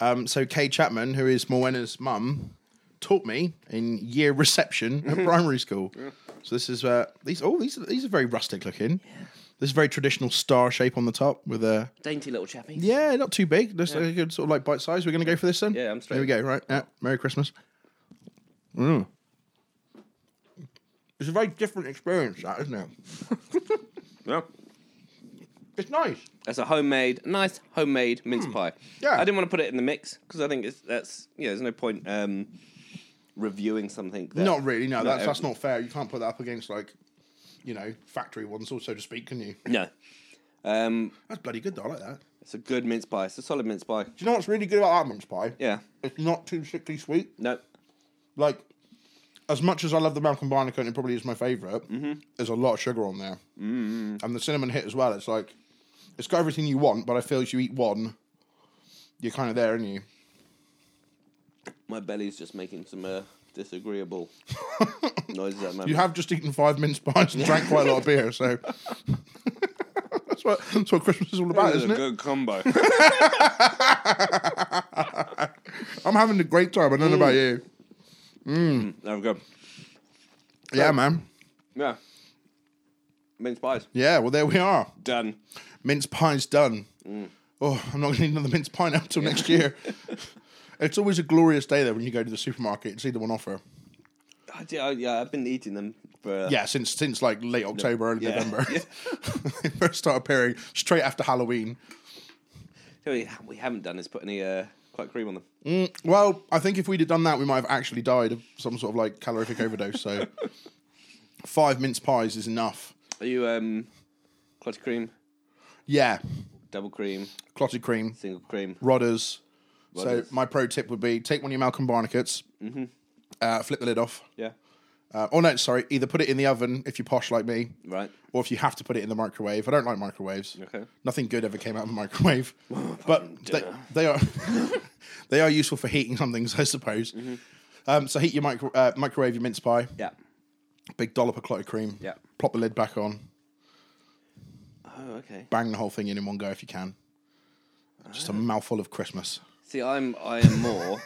A: Um, so Kay Chapman, who is Morwenna's mum, taught me in year reception at primary school. So this is uh, these. Oh, these are, these are very rustic looking. This is very traditional star shape on the top with a
B: Dainty little chappy.
A: yeah, not too big. Just a good sort of like bite size. We're gonna go for this then.
B: Yeah, I'm straight.
A: There we go. Right. Yeah. Merry Christmas. Mm. It's a very different experience, that isn't it?
B: Yeah.
A: It's nice.
B: That's a homemade, nice homemade mince pie.
A: Yeah.
B: I didn't want to put it in the mix because I think it's that's yeah. There's no point um, reviewing something. That,
A: Not really. No, that's that's
B: every-
A: not fair. You can't put that up against like, you know, factory ones, so to speak. Can you?
B: No. Um,
A: That's bloody good. though. I like that. Do
B: it's a good mince pie. It's a solid mince pie.
A: you know what's really good about that mince pie?
B: Yeah.
A: It's not too sickly sweet.
B: No.
A: Like, as much as I love the Malcolm Barnicot, and it probably is my favorite. There's a lot of sugar on there, mm and the cinnamon hit as well. It's like It's got everything you want, but I feel if you eat one, you're kind of there, aren't you?
B: My belly's just making some uh,
A: (laughs)
B: disagreeable noises at the moment.
A: You have just eaten five mince pies and drank quite a lot of beer, so (laughs) that's what that's what Christmas is all about,
C: This is
A: isn't
C: a
A: it?
C: good
A: (laughs)
C: combo.
A: I'm having a great time. I don't know about you.
B: There we go.
A: Yeah, man.
B: Yeah. Mince pies.
A: Yeah. Well, there we are.
B: Done.
A: Mince pie's done.
B: Mm.
A: Oh, I'm not going to need another mince pie now until next
B: (laughs)
A: year. (laughs) it's always a glorious day though when you go to the supermarket and see the one offer.
B: I do, I, yeah, I've been eating them for. Uh,
A: Yeah, since since like late October, early
B: Yeah.
A: November,
B: (laughs) Yeah.
A: (laughs) they first start appearing straight after Halloween.
B: so we, we haven't done is put any uh, quite cream on them.
A: Well, I think if we'd have done that, we might have actually died of some sort of like calorific overdose.
B: (laughs)
A: So, five mince pies is enough.
B: Are you um, clotted cream,
A: Yeah,
B: double cream,
A: clotted cream,
B: single cream?
A: rodders.
B: Rodders. Mm-hmm.
A: So, my pro tip would be take one of your Malcolm Barnicots, uh, flip the lid off.
B: Yeah.
A: Uh, oh, no, sorry, either put it in the oven if you're posh like me,
B: Right.
A: or if you have to put it in the microwave. I don't like microwaves.
B: Okay. Oh,
A: Nothing good ever came out of a
B: (laughs)
A: microwave. (laughs) but they, they are (laughs) they are useful for heating some things, (laughs) I suppose.
B: Mm-hmm.
A: Um, so heat your micro, uh, microwave your mince pie.
B: Yeah.
A: Big dollop of clotted cream.
B: Yeah.
A: Plop the lid back on.
B: Oh, okay.
A: Bang the whole thing in in one go if you can. Just a
B: Uh.
A: mouthful of Christmas.
B: See, I'm I
A: (laughs)
B: am more.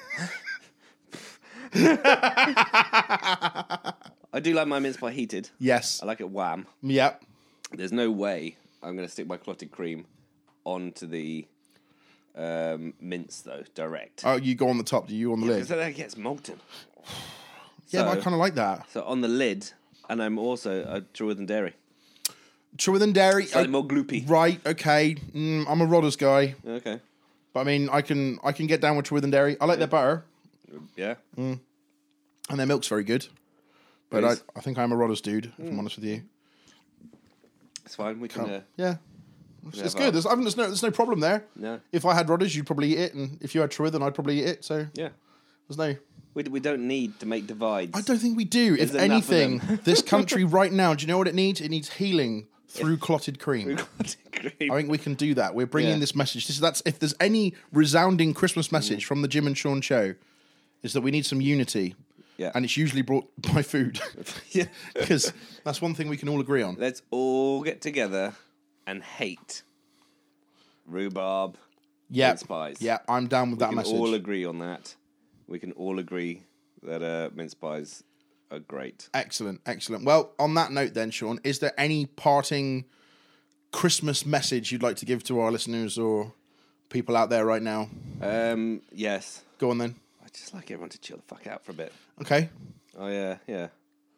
B: (laughs) I do like my mince pie heated.
A: Yes.
B: I like it wham.
A: Yep.
B: There's no way I'm going to stick my clotted cream onto the um, mince though direct.
A: Oh, you go on the top. Do you on the
B: Because
A: lid?
B: then it gets molten.
A: Yeah, but I
B: So-
A: kind of like that.
B: So on the lid, and I'm also a truer than dairy.
A: Truer than dairy.
B: Slightly
A: uh,
B: more gloopy.
A: Right. Okay. Mm, I'm a Rodders guy,
B: Okay.
A: but I mean, I can I can get down with truer than dairy. I like
B: Mm.
A: their butter
B: Yeah.
A: and their milk's very good. Mm, But I,
B: Nice.
A: I think I'm a Rodders dude. If
B: Mm.
A: I'm honest with you. Um,
B: It's fine. We can. Uh,
A: Yeah. It's,
B: Yeah,
A: it's
B: but-
A: good. There's, I mean, there's no there's no problem there.
B: No.
A: If I had Rodders, you'd probably eat it, and if you had Truer, then I'd probably eat it. So
B: yeah.
A: there's no
B: We, we don't need to make divides.
A: I don't think we do. if
B: There's enough of
A: anything,
B: them.
A: this country right now, do you know what it needs? It needs healing through clotted cream.
B: (laughs) Clotted cream.
A: I think we can do that. We're bringing
B: Yeah. Mm.
A: this message. This is that's if there's any resounding Christmas message from the Jim and Sean show, is that we need some unity,
B: yeah. (laughs)
A: and it's usually brought (laughs) by food
B: yeah. (laughs)
A: because that's one thing we can all agree on.
B: Let's all get together and hate rhubarb.
A: Yeah,
B: mince pies.
A: yeah, I'm down with that
B: We can
A: message.
B: all agree on that. We can all agree that uh, mince pies are great.
A: Excellent, excellent. Well, on that note, then, Sean, is there any parting Christmas message you'd like to give to our listeners or people out there right now?
B: Um, yes.
A: Go on then.
B: I just like everyone to chill the fuck out for a bit.
A: Okay. (laughs)
B: Oh yeah, yeah.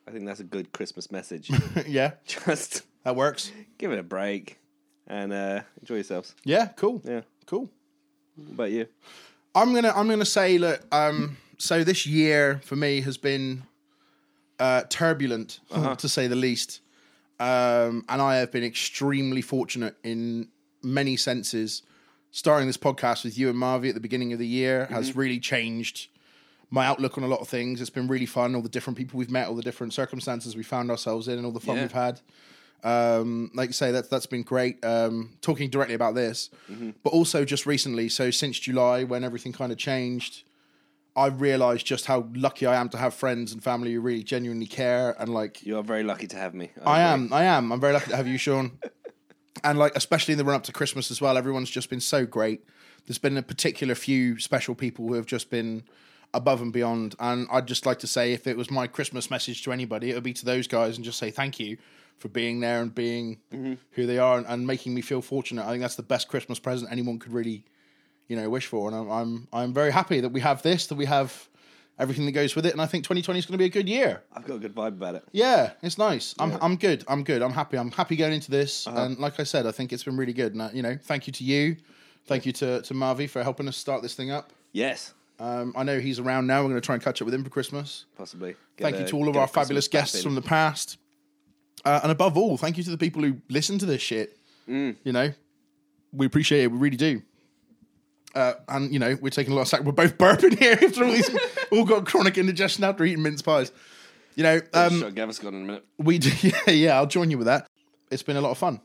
B: I think that's a good Christmas message. (laughs)
A: yeah,
B: just
A: that works.
B: give it a break and uh, enjoy yourselves.
A: Yeah, cool.
B: Yeah.
A: Cool.
B: What about you?
A: I'm gonna I'm gonna say look, um so this year for me has been uh turbulent to say the least. Um and I have been extremely fortunate in many senses. Starting this podcast with you and Marvi at the beginning of the year has really changed my outlook on a lot of things. It's been really fun, all the different people we've met, all the different circumstances we found ourselves in and all the fun
B: Yeah.
A: we've had. um, like you say, that's that's been great. Um, talking directly about this, but also just recently, so since July when everything kind of changed, I realised just how lucky I am to have friends and family who really genuinely care and like
B: You are very lucky to have me.
A: I
B: agree.
A: am, I am, I'm very lucky to have you, Sean. And like especially in the run up to Christmas as well, everyone's just been so great. There's been a particular few special people who have just been above and beyond. And I'd just like to say, if it was my Christmas message to anybody, it would be to those guys and just say thank you for being there and being who they are and, and making me feel fortunate. I think that's the best Christmas present anyone could really, you know, wish for. And I'm I'm, I'm very happy that we have this, that we have everything that goes with it. And I think 2020 is going to be a good year.
B: I've got a good vibe about it.
A: Yeah, it's nice. I'm I'm good. I'm good. I'm happy. I'm happy going into this. And like I said, I think it's been really good. And uh, you know, thank you to you, thank you to to Marvi for helping us start this thing up.
B: Yes,
A: Um, I know he's around now. We're going to try and catch up with him for Christmas.
B: possibly. Get
A: Thank
B: a-
A: you to all of
B: get a
A: our
B: Christmas
A: fabulous
B: bath
A: guests
B: in.
A: from the past, uh, and above all, thank you to the people who listen to this shit. You know, we appreciate it. We really do. Uh, and you know, we're taking a lot of sack. We're both (laughs) burping here after all these. all got chronic indigestion after eating mince pies. You know, um,
B: Sure, Gavin's gone in a minute.
A: (laughs) we do, yeah, yeah, I'll join you with that. It's been a lot of fun.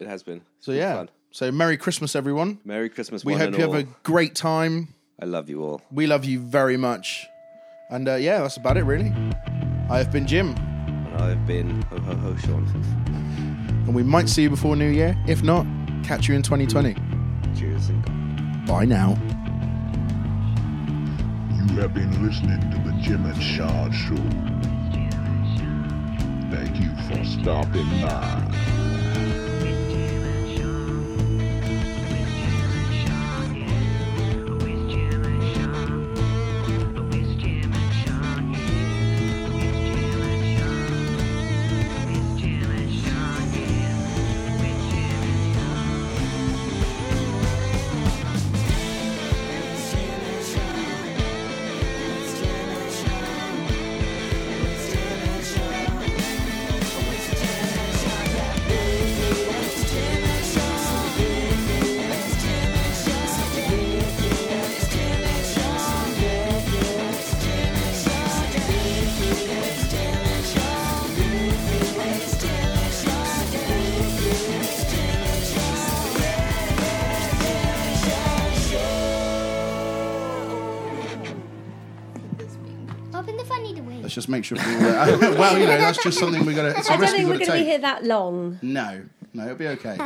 B: It has been.
A: So yeah, So Merry Christmas, everyone.
B: Merry Christmas,
A: We
B: one
A: hope
B: and
A: you
B: all.
A: have a great time.
B: I love you all.
A: We love you very much. And uh, yeah, that's about it, really. I have been Jim,
B: And I've been ho ho ho Sean.
A: and we might see you before New Year. If not, catch you in 2020.
B: Cheers and God.
A: Bye now.
H: You have been listening to the Jim and Sean Show. Thank you for stopping by.
D: Up in the funny the way.
A: Let's just make sure. We, (laughs) uh, well, you know, that's just something we got to. It's a
F: I don't
A: risk
F: think
A: we
F: we're
A: got to
F: going to
A: take.
F: be here that long.
A: No, no, it'll be okay.